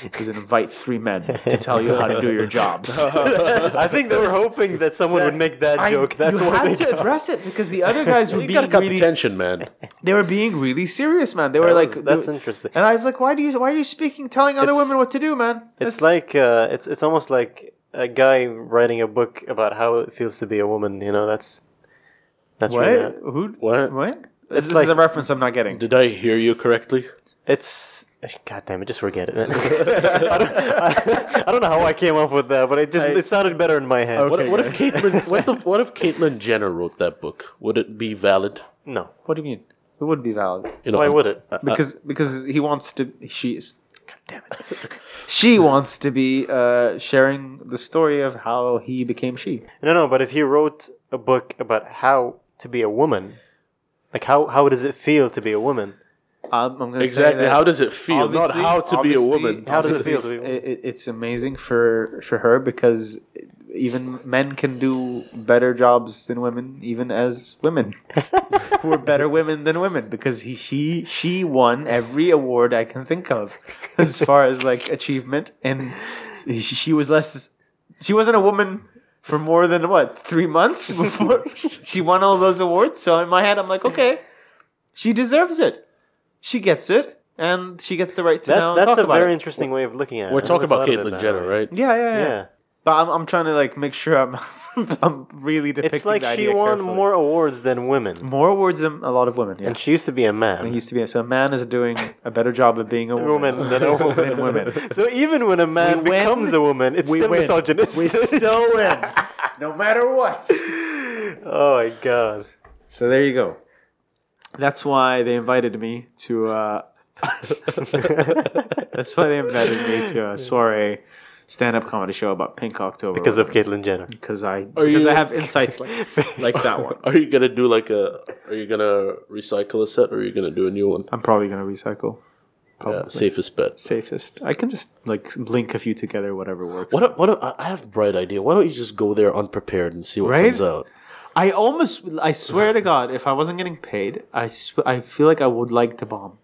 Because it invite three men to tell you how to do your jobs. I think they were hoping that someone would make that I- joke. That's you why had they. to address it because the other guys were You gotta being cut really the tension, man. they were being really serious, man. They were That like, was- that's they- interesting. And I was like, why do you, why are you speaking, telling other It's- women what to do, man? It's That's- like uh, it's it's almost like a guy writing a book about how it feels to be a woman. You know, that's that's what? really it. Who? What? What? This, this like- is a reference I'm not getting. Did I hear you correctly? It's God damn it, just forget it. man. I, don't, I, I don't know how I came up with that, but it just it sounded better in my head. What, Okay, what if Caitlyn? What, the, what if Caitlyn Jenner wrote that book? Would it be valid? No, What do you mean? It would be valid You know, why I'm- would it? because because he wants to. She is. God damn it. she wants to be uh, sharing the story of how he became she. No, no. But if you wrote a book about how to be a woman, like how how does it feel to be a woman? Um, I'm gonna Exactly. Say that How does it feel? Not Obviously- how to be a obviously- woman. How does it feel to obviously, be a woman? it- it- it's amazing for for her because even men can do better jobs than women, even as women who are better women than women. Because he she she won every award I can think of as far as like achievement, and she she was less. She wasn't a woman. For more than what three months before she won all those awards, so in my head I'm like, okay, she deserves it. She gets it, and she gets the right to now That, that's talk a about very it. interesting way of looking at it. We're I talking never about thought of it Caitlyn that Jenner, way. right? Yeah, yeah, yeah. Yeah. But I'm, I'm trying to like make sure I'm I'm really depicting. It's like the she idea won carefully. more awards than women. more awards than a lot of women. Yeah, And she used to be a It man. used to be so. A man is doing a better job of being a woman, woman than a than woman. women. So even when a man We win. becomes a woman, it's We still win. misogynist. We still win, no matter what. oh my god. So there you go. That's why they invited me to. Uh, that's why they invited me to a soiree stand-up comedy show about Pink October because of Caitlyn Jenner. because I Are because you- I have insights like, like that one. Are you gonna do like a? Are you gonna recycle a set, or are you gonna do a new one? I'm probably gonna recycle. Yeah, safest bet. Safest. I can just like link a few together, whatever works. What? don't- What? don't- I I have a bright idea. Why don't you just go there unprepared and see what Right? comes out? I almost, I swear to God, if I wasn't getting paid, I, sw- I feel like I would like to bomb.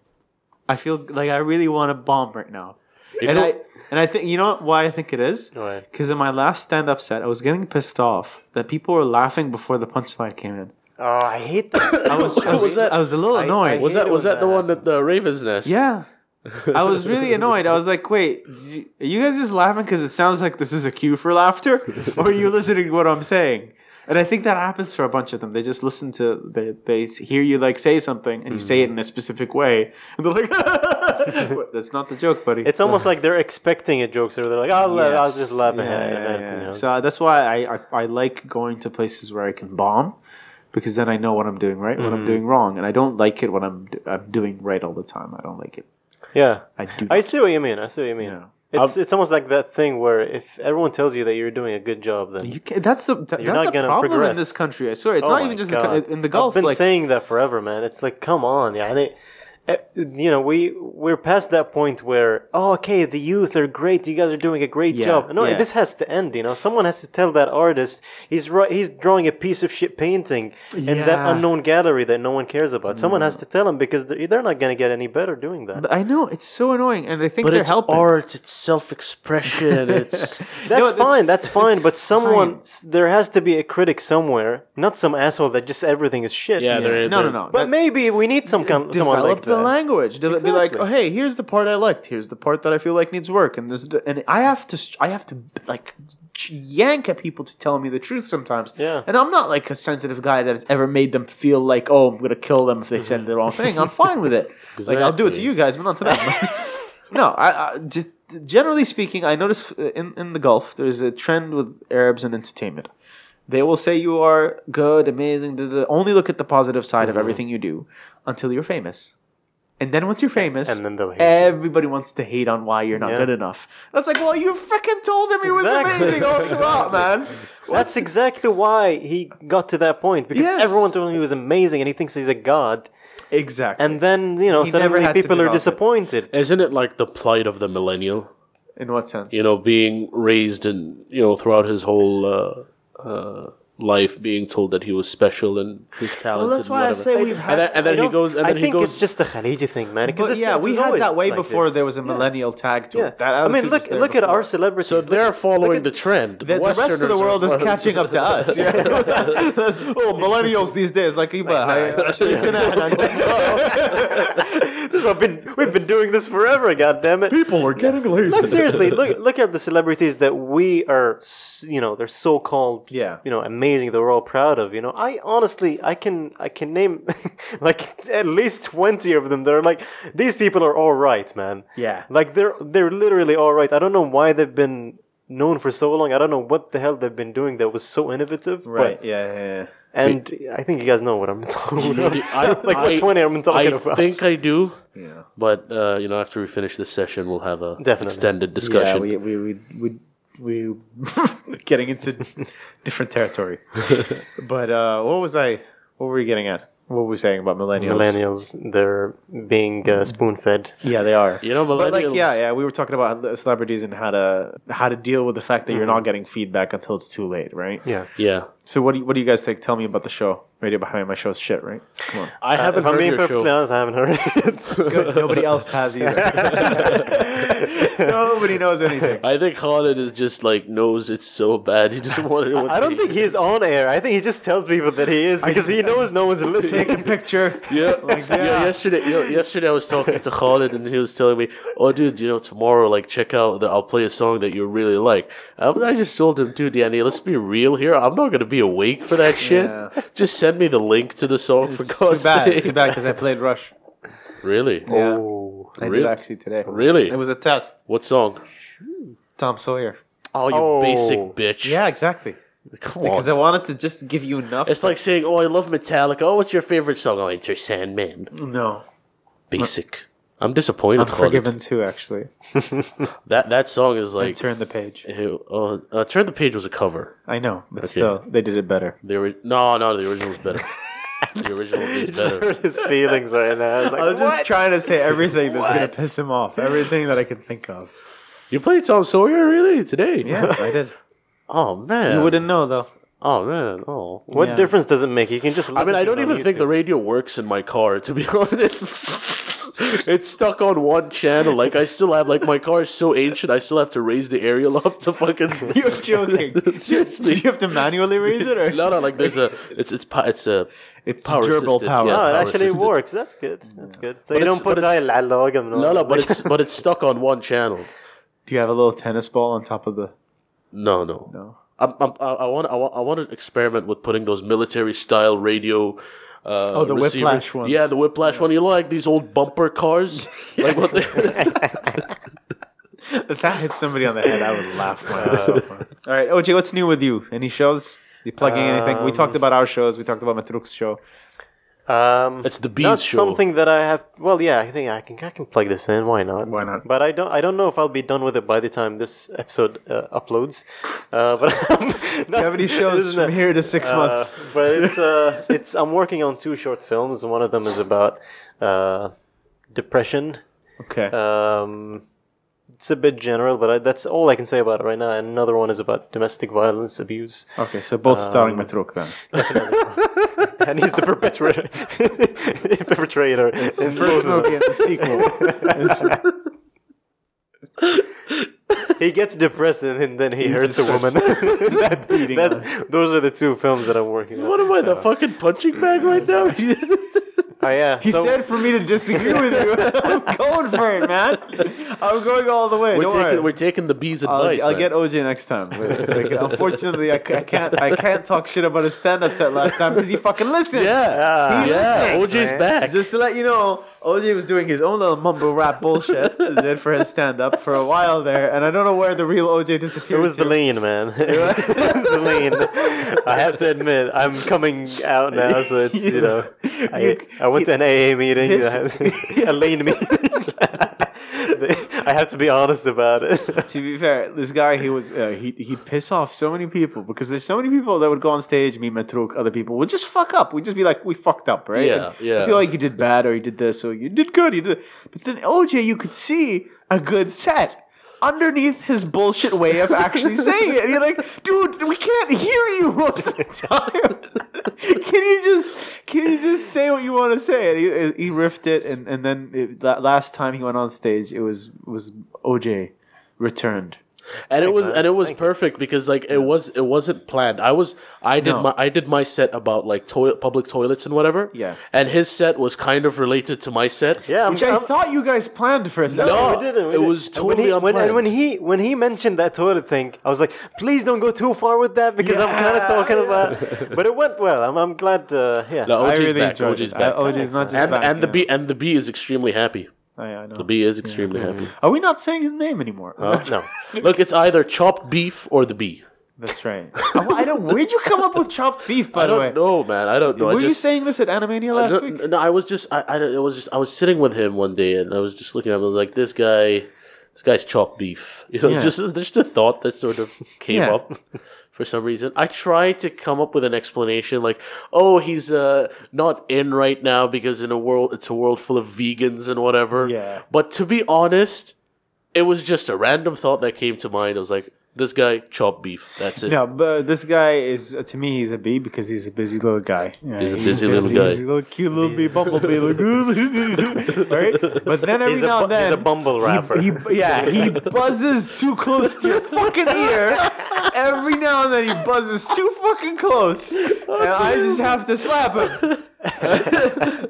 I feel like I really want to bomb right now. You and know- I and I think you know why I think it is Why? because in my last stand up set, I was getting pissed off that people were laughing before the punchline came in. Oh, I hate that. I was, I was, was that? I was a little I- annoyed. I Was hate that it was when that the that one that the Raven's Nest? yeah. I was really annoyed. I was like, wait, did you- are you guys just laughing because it sounds like this is a cue for laughter? Or are you listening to what I'm saying? And I think that happens for a bunch of them. They just listen to, they, they s- hear you like say something and you say Mm-hmm. it in a specific way. And they're like, that's not the joke, buddy. It's almost like they're expecting a joke, so they're like, "I'll, I'll just laugh Yeah, at yeah, it." yeah. you know. So uh, that's why I, I, I like going to places where I can bomb because then I know what I'm doing right, what Mm-hmm. I'm doing wrong. And I don't like it when I'm, do- I'm doing right all the time. I don't like it. yeah. I do. I see what you mean. I see what you mean. Yeah. It's it's almost like that thing where if everyone tells you that you're doing a good job, then You can, that's the that, You're that's not a gonna problem in progress. this country. I swear, it's Oh not my even just God. in- in the Gulf. I've been like, saying that forever, man. It's like, come on, yeah. They, eh, you know, we we're past that point where, oh, okay, the youth are great. You guys are doing a great Yeah, job. No, yeah. this has to end. You know, someone has to tell that artist he's right. He's drawing a piece of shit painting in that Yeah. Mm. unknown gallery that no one cares about. Someone has to tell him because they're, they're not gonna get any better doing that. I know it's so annoying, and they think But they're it's helping. art. It's self-expression. It's That's No, that's- fine. That's fine. that's But someone, s there has to be a critic somewhere, not some asshole that just everything is shit. yeah, there is. no, no, no. But That- maybe we need some kind, someone develop like the that. language. De- Be like, Exactly. oh, hey, here's the part I liked. Here's the part that I feel like needs work, and this, and I have to, str- I have to like ch- yank at people to tell me the truth sometimes. Yeah. And I'm not like a sensitive guy that has ever made them feel like, oh, I'm gonna kill them if they said the wrong thing. I'm fine with it. Like I'll do it to Exactly. you guys, but not to them. No, I, I just, generally speaking, I notice uh, in in the Gulf there's a trend with Arabs and entertainment. They will say you are good, amazing. da, da, da, Only look at the positive side Mm-hmm. of everything you do until you're famous, and then once you're famous, And then they'll hate you. everybody wants to hate on why you're not Yeah. good enough. That's like, well, you freaking told him he was Exactly. amazing all throughout, man. That's exactly why he got to that point because Yes. everyone told him he was amazing and he thinks he's a god. Exactly. And then you know He never suddenly had to people are develop it. disappointed. Isn't it like the plight of the millennial? in what sense? you know, being raised and you know throughout his whole uh, uh, life, being told that he was special and he's talented. well, that's why I and say whatever. we've had. And then, and I then he don't- goes. And I then he think goes. it's just the Khaliji thing, man. Because But it's, yeah, it we was had always that way like before this. there was a millennial tag to Yeah. it. That I mean, attitude was look there look at before. our celebrities. so Look at- they're following the trend. The, the rest of the Westerners are world is following- catching up to us. Yeah. oh, millennials these days, like, you We've been we've been doing this forever. God damn it! people are getting lazy. Look seriously, look look at the celebrities that we are, s- you know, they're so called, Yeah. you know, amazing. That we're all proud of. You know, I honestly, I can I can name like at least twenty of them that are like these people are all right, man. Yeah. like they're they're literally all right. I don't know why they've been known for so long. I don't know what the hell they've been doing that was so innovative. but- Right, yeah, yeah, and I think you guys know what I'm talking about. I, like what I- twenty I'm talking I about. think I do, yeah. yeah. but uh, you know, after we finish this session, we'll have a Definitely. extended discussion. we, we, we, we, we getting into different territory. but uh, what was I, what were we getting at? What were we saying about millennials? Millennials, they're being uh, spoon fed. Yeah, they are. You know, But like, millennials- yeah, yeah, we were talking about the celebrities and how to how to deal with the fact that you're not getting feedback until it's too late, right? Yeah. yeah, So what do you, what do you guys think? Tell me about the show. Radio behind my show is shit, right? Come on. I haven't Uh, if I'm heard being your perfectly show. honest, I haven't heard it. Good. Nobody else has either. Nobody knows anything. I think Holland is just like knows it's so bad. He doesn't want anyone to. I don't think he's on air. I think he just tells people that he is because he knows no one's Take a listening. picture. Yeah. Like, yeah. yeah. Yesterday, you know, yesterday I was talking to Khalid and he was telling me, "Oh, dude, you know, tomorrow, like, check out. The, I'll play a song that you really like." I, I just told him, "Dude, Danny, let's be real here. I'm not gonna be awake for that shit. Yeah. Just send me the link to the song for It's God's too bad. sake." Too bad because I played Rush. Really? Yeah. Oh. I did Really? actually today. Really? It was a test. What song? Tom Sawyer. Oh, you Oh. basic bitch. Yeah, exactly. Come Because on. Oh. I wanted to just give you enough. It's like saying, "Oh, I love Metallica. Oh, what's your favorite song?" Oh, Enter Sandman. no. Basic. I'm disappointed. I'm Khalid. forgiven too, actually. That that song is I like turn the page. Ew, uh, uh, Turn the Page was a cover. I know, but still, they did it better. The ori- no, no, the original is better. the original is better. Hurt his feelings right now. It's like, I'm just "What?" trying to say everything that's gonna piss him off. Everything that I can think of. You played Tom Sawyer really today? Yeah, I did. Oh man. You wouldn't know though. Oh man. Oh. What Yeah. difference does it make? You can just. I listen mean, I to don't it on even think the YouTube. radio works in my car. To be honest, it's stuck on one channel. Like I still have like my car is so ancient. I still have to raise the aerial up to fucking. You're joking. Seriously. Did you have to manually raise it or No, no, like there's a it's it's pa- it's a It's power gerbil assisted, power. yeah. No, it power actually assisted. works. That's good. That's good. So But you it's- don't put but it's- dial dialogue and all no, no, that. but it's but it's stuck on one channel. Do you have a little tennis ball on top of the? No, no, No. I'm, I'm, I I want I want I want to experiment with putting those military style radio. Uh, Oh, the whiplash ones. Yeah, the whiplash one. You know, like these old bumper cars. like what? They, If that hit somebody on the head, I would laugh my ass off. All right, OJ, what's new with you? Any shows? You plugging anything? We talked about our shows. We talked about Matruk's show. Um, It's the not Bees show. something that I have. Well, yeah, I think I can. I can plug this in. Why not? Why not? But I don't. I don't know if I'll be done with it by the time this episode uh, uploads. Uh, but Do you have any shows from here to six Uh, months? but it's. Uh, it's. I'm working on two short films. One of them is about uh, depression. Okay. Um, it's a bit general, but I, that's all I can say about it right now. And another one is about domestic violence abuse. okay, so both starring Matruk then. and he's the perpetrator. perpetrator. The first movie and the sequel. is for- he gets depressed and then he, hurts just a woman. That- beating that's- those are the two films that I'm working on. what am I, the fucking punching bag right now? Oh yeah. he so said for me to disagree with you. I'm going for it, man. I'm going all the way. we're Don't taking worry. we're taking the bees I'll, advice. I'll man. get OJ next time. Like, unfortunately, I, c- I can't. I can't talk shit about his stand-up set last time because he fucking listened. yeah, He yeah. listens, OJ's man. back. Just to let you know, OJ was doing his own little mumble rap bullshit he did for his stand-up for a while there, and I don't know where the real OJ it disappeared. was the to. lean, man. it was the lean. I have to admit, I'm coming out now, so it's you know, I, You- I went to an AA meeting, His- I had- a lean meeting. I have to be honest about it. To be fair, this guy he was uh, he he'd piss off so many people because there's so many people that would go on stage, me, Matruk, other people would just fuck up. We'd just be like, we fucked up, right? Yeah, And yeah. I feel like you did bad or you did this or you did good. You did, but then OJ, you could see a good set. Underneath his bullshit way of actually saying it, And you're like, dude, we can't hear you most of the time. can you just, can you just say what you want to say? And he, he riffed it, and and then it, that last time he went on stage, it was was OJ returned. and it was and it was perfect because like it was it wasn't planned. I was I did No. my I did my set about like toilet public toilets and whatever. Yeah. and his set was kind of related to my set. Yeah, I'm, Which I I'm- thought you guys planned for a second. Um, No. We didn't, we It didn't. was And totally when he, when, unplanned. and when he when he mentioned that toilet thing, I was like, please don't go too far with that because I'm kind Yeah. of talking about. but it went well. I'm, I'm glad. Uh, yeah. No, I OJ's really back. enjoyed OJ's it. back. I- OJ's not just and back, and the yeah. B and the B is extremely happy. Oh, yeah, I know. The B is extremely happy. Are we not saying his name anymore? Is that- no. Look, it's either chopped beef or the B. That's right. Oh, I don't. Where'd you come up with chopped beef? By I the don't way, know, man. I don't know. were I you just, saying this at Animania I last don't- week? no, I was just I, I it was just I was sitting with him one day and I was just looking at him. I was like, this guy, this guy's chopped beef. You know, Yeah. just just a thought that sort of came Yeah. up. For some reason, I tried to come up with an explanation like, "Oh, he's uh, not in right now because in a world it's a world full of vegans and whatever." Yeah. But to be honest, it was just a random thought that came to mind. I was like, "This guy chopped beef. That's it." No, but this guy is uh, to me he's a bee because he's a busy little guy. Yeah, He's a busy little guy. He's a little cute little bee bumblebee, like, right? But then every He's a, now bu- and then he's a bumble rapper. He, yeah, he buzzes too close to your fucking ear. Every now and then he buzzes too fucking close. And I just have to slap him.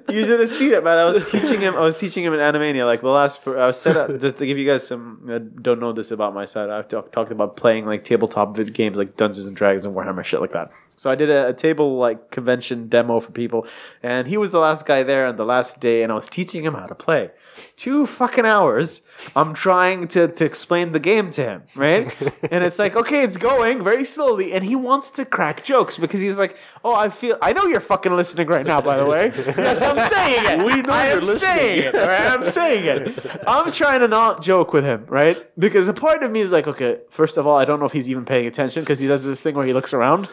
you should have seen it, man. I was teaching him. I was teaching him in Animania. Like the last, per- I was set up just to give you guys some. I don't know this about my side. I've talk, talked about playing like tabletop vid games, like Dungeons and Dragons and Warhammer, shit like that. So I did a, a table like convention demo for people, and he was the last guy there on the last day, and I was teaching him how to play. Two fucking hours. I'm trying to to explain the game to him, right? and it's like, okay, it's going very slowly, and he wants to crack jokes because he's like, oh, I feel, I know you're fucking listening right now, by the way. Yes, I'm saying it. We know I am you're listening. saying it. All right, I'm saying it. I'm trying to not joke with him, right? Because a part of me is like, okay, first of all, I don't know if he's even paying attention because he does this thing where he looks around.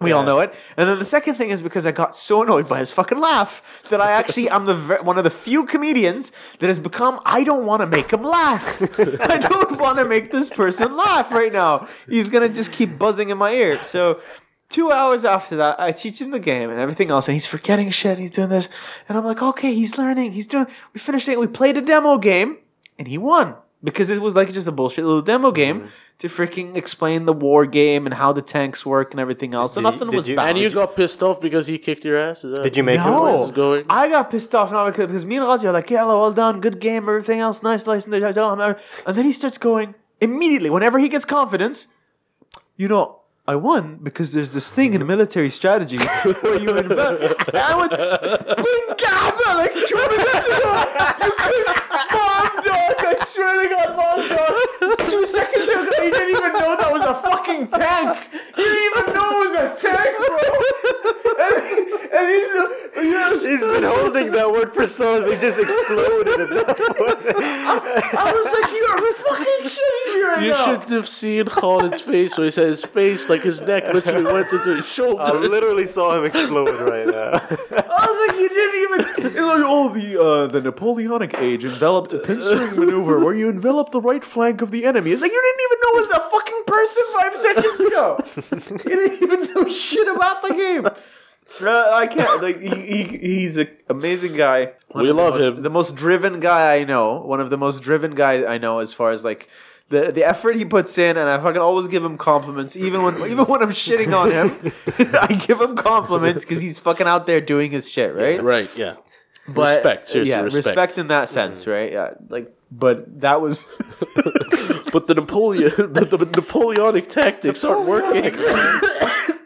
We all know it. And then the second thing is because I got so annoyed by his fucking laugh that I actually I'm the ver- one of the few comedians that has become I don't want to make him laugh. I don't want to make this person laugh right now. He's gonna just keep buzzing in my ear. So. Two hours after that, I teach him the game and everything else, and he's forgetting shit. He's doing this, and I'm like, okay, he's learning. He's doing. We finished it. We played a demo game, and he won because it was like just a bullshit little demo game to freaking explain the war game and how the tanks work and everything else. So Did you- nothing did was you- balanced. And you got pissed off because he kicked your ass? Is that Did you make No. him? Where's this going? I got pissed off now because, because me and Razi are like, yeah, well done, good game, everything else, nice, nice, nice, nice." and then he starts going immediately whenever he gets confidence. You know, I won because there's this thing in military strategy where you invent. And I went, "Bingaba!" like two minutes ago. You could, mom dog. I swear to God, mom dog. Two seconds ago, he didn't even know that was a fucking tank. He didn't even know it was a tank, bro. And, and he's, you know, He's been holding that word for so long, it just exploded. at that point. I was like, you are fucking shitting me right You now. should have seen Khaled's face when he said his face, like his neck literally went into his I shoulder. literally saw him explode right now. I was like, you didn't even. It's like, oh, the uh, the Napoleonic age enveloped a pincer maneuver where you envelop the right flank of the enemy. It's like you didn't even know it was a fucking person five seconds ago. you didn't even know shit about the game. Uh, I can't. Like he, he he's an amazing guy. One We of the love most- him. The most driven guy I know. One of the most driven guys I know, as far as like. The, the effort he puts in, and I fucking always give him compliments, even when even when I'm shitting on him, I give him compliments because he's fucking out there doing his shit, right? Right, yeah. But, Respect, seriously, yeah, respect. in that sense, right? Yeah, like, but that was But the Napoleon, the, the Napoleonic tactics aren't working.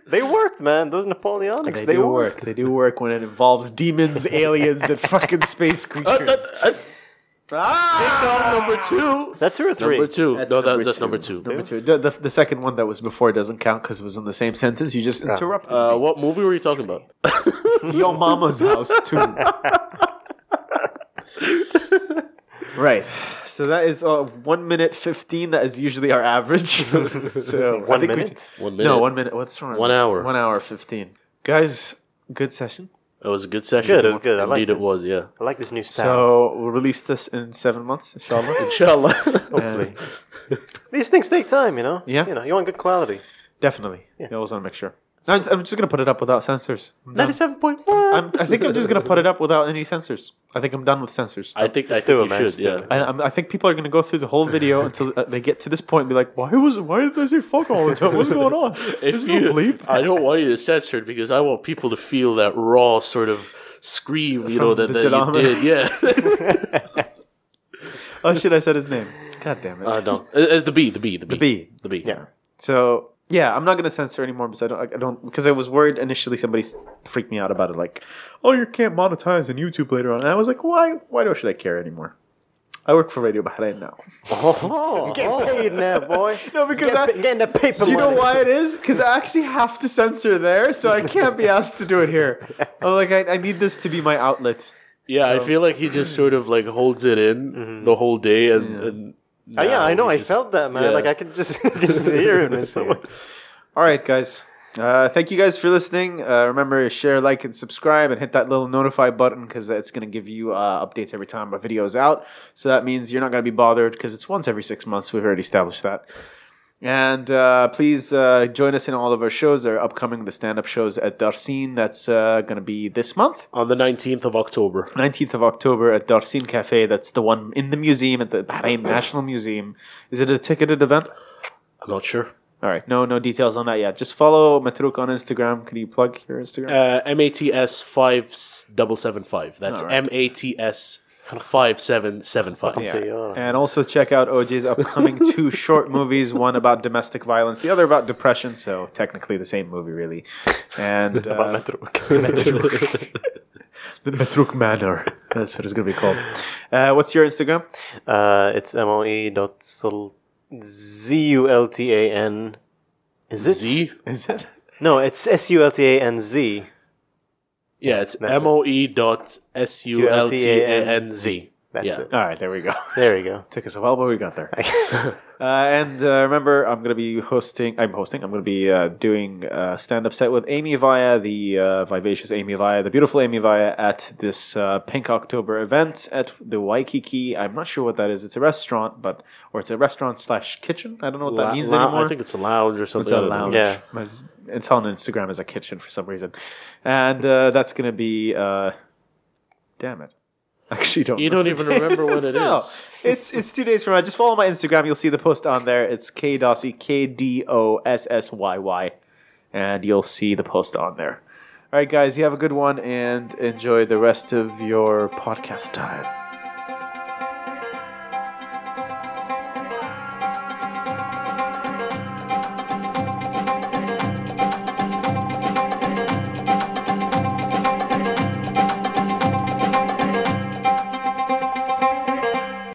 they worked, man. Those Napoleonics, they, do worked. They do work when it involves demons, aliens, and fucking space Uh, creatures. that's, uh, ah! number two. That's two or three. Number two. That's no, that, that's number two. That's Number two. The, the, the second one that was before doesn't count because it was in the same sentence. You just interrupted. Uh, what movie were you talking about? Your mama's house too. right. So that is uh, one minute fifteen. That is usually our average. so I One think we minute? should- One minute. No, one minute. What's wrong? One hour. One hour fifteen. Guys, good session. It was a good session. Good, it was good. I like Indeed, it this. was. Yeah. I like this new style. So we'll release this in seven months, inshallah. Inshallah. hopefully, these things take time, you know. Yeah. You know, you want good quality. Definitely. I always want to make sure. I'm, I'm just gonna put it up without censors. I'm done. Ninety-seven point one. I'm, I think I'm just gonna put it up without any censors. I think I'm done with censors. I think I think do it, you man, should. just do Yeah. it. I, I'm, I think people are going to go through the whole video until uh, they get to this point and be like, why was why did they say fuck all the time? What's going on? There's If no you, bleep. I don't want you to censor it because I want people to feel that raw sort of scream, From you know, that, the that you Jalama. did. Yeah. Oh shit! I said his name. God damn it. I don't. It's the B. The B. The B. The B. The B. Yeah. So yeah, I'm not gonna censor anymore because I don't. I don't because I was worried initially. Somebody s- freaked me out about it, like, "Oh, you can't monetize on YouTube later on." And I was like, "Why? Why do should I care anymore?" I work for Radio Bahrain now. Oh, Get paid now, boy. No, because Get I. pa- getting the paper. Do you know money. why it is? Because I actually have to censor there, so I can't be asked to do it here. I'm like, I, I need this to be my outlet. yeah. I feel like he just sort of like holds it in the whole day, and, and Uh, Mm-hmm. yeah, now I know. he I just- felt that, man. yeah. Like I could just hear it. in someone. All right, guys. Uh, thank you guys for listening. Uh, remember, to share, like, and subscribe, and hit that little notify button because it's going to give you uh, updates every time our video is out. So that means you're not going to be bothered because it's once every six months. We've already established that. And uh, please uh, join us in all of our shows. Our upcoming the stand up shows at Darsin. That's uh, going to be this month. on the nineteenth of October. 19th of October at Darsin Cafe. That's the one in the museum at the Bahrain National Museum. Is it a ticketed event? I'm not sure. All right. No, no details on that yet. Just follow Matruk on Instagram. Can you plug your Instagram? Uh, MATS five double seven five. That's Alright. MATS five seven seven five. Yeah. they are. And also check out OJ's upcoming two short movies, one about domestic violence, the other about depression. So technically the same movie, really. And About uh, Matruk. the Matruk Manor. That's what it's going to be called. Uh, what's your Instagram? Uh, it's moe dot sul- z u l t a n. Is it Z. Is it? No, it's s u l t a n z. Yeah, it's That's it. M O E dot S U L T A N Z. That's Yeah. it. All right, there we go. There you go. Took us a while, but we got there. uh, and uh, remember, I'm going to be hosting. I'm hosting. I'm going to be uh, doing a stand-up set with Amy Via, the uh, vivacious Amy Via, the beautiful Amy Via, at this uh, Pink October event at the Waikiki. I'm not sure what that is. It's a restaurant, but or it's a restaurant slash kitchen. I don't know what that Lou- means lou- anymore. I think it's a lounge or It's something. a I don't know. lounge. Yeah. It's- It's on Instagram as a kitchen for some reason, and uh, that's gonna be. Uh, damn it! Actually, don't. You don't even remember when it it is. no, is. it's it's two days from now. Just follow my Instagram. You'll see the post on there. It's K Dossy K D O S S Y Y, and you'll see the post on there. All right, guys, you have a good one and enjoy the rest of your podcast time.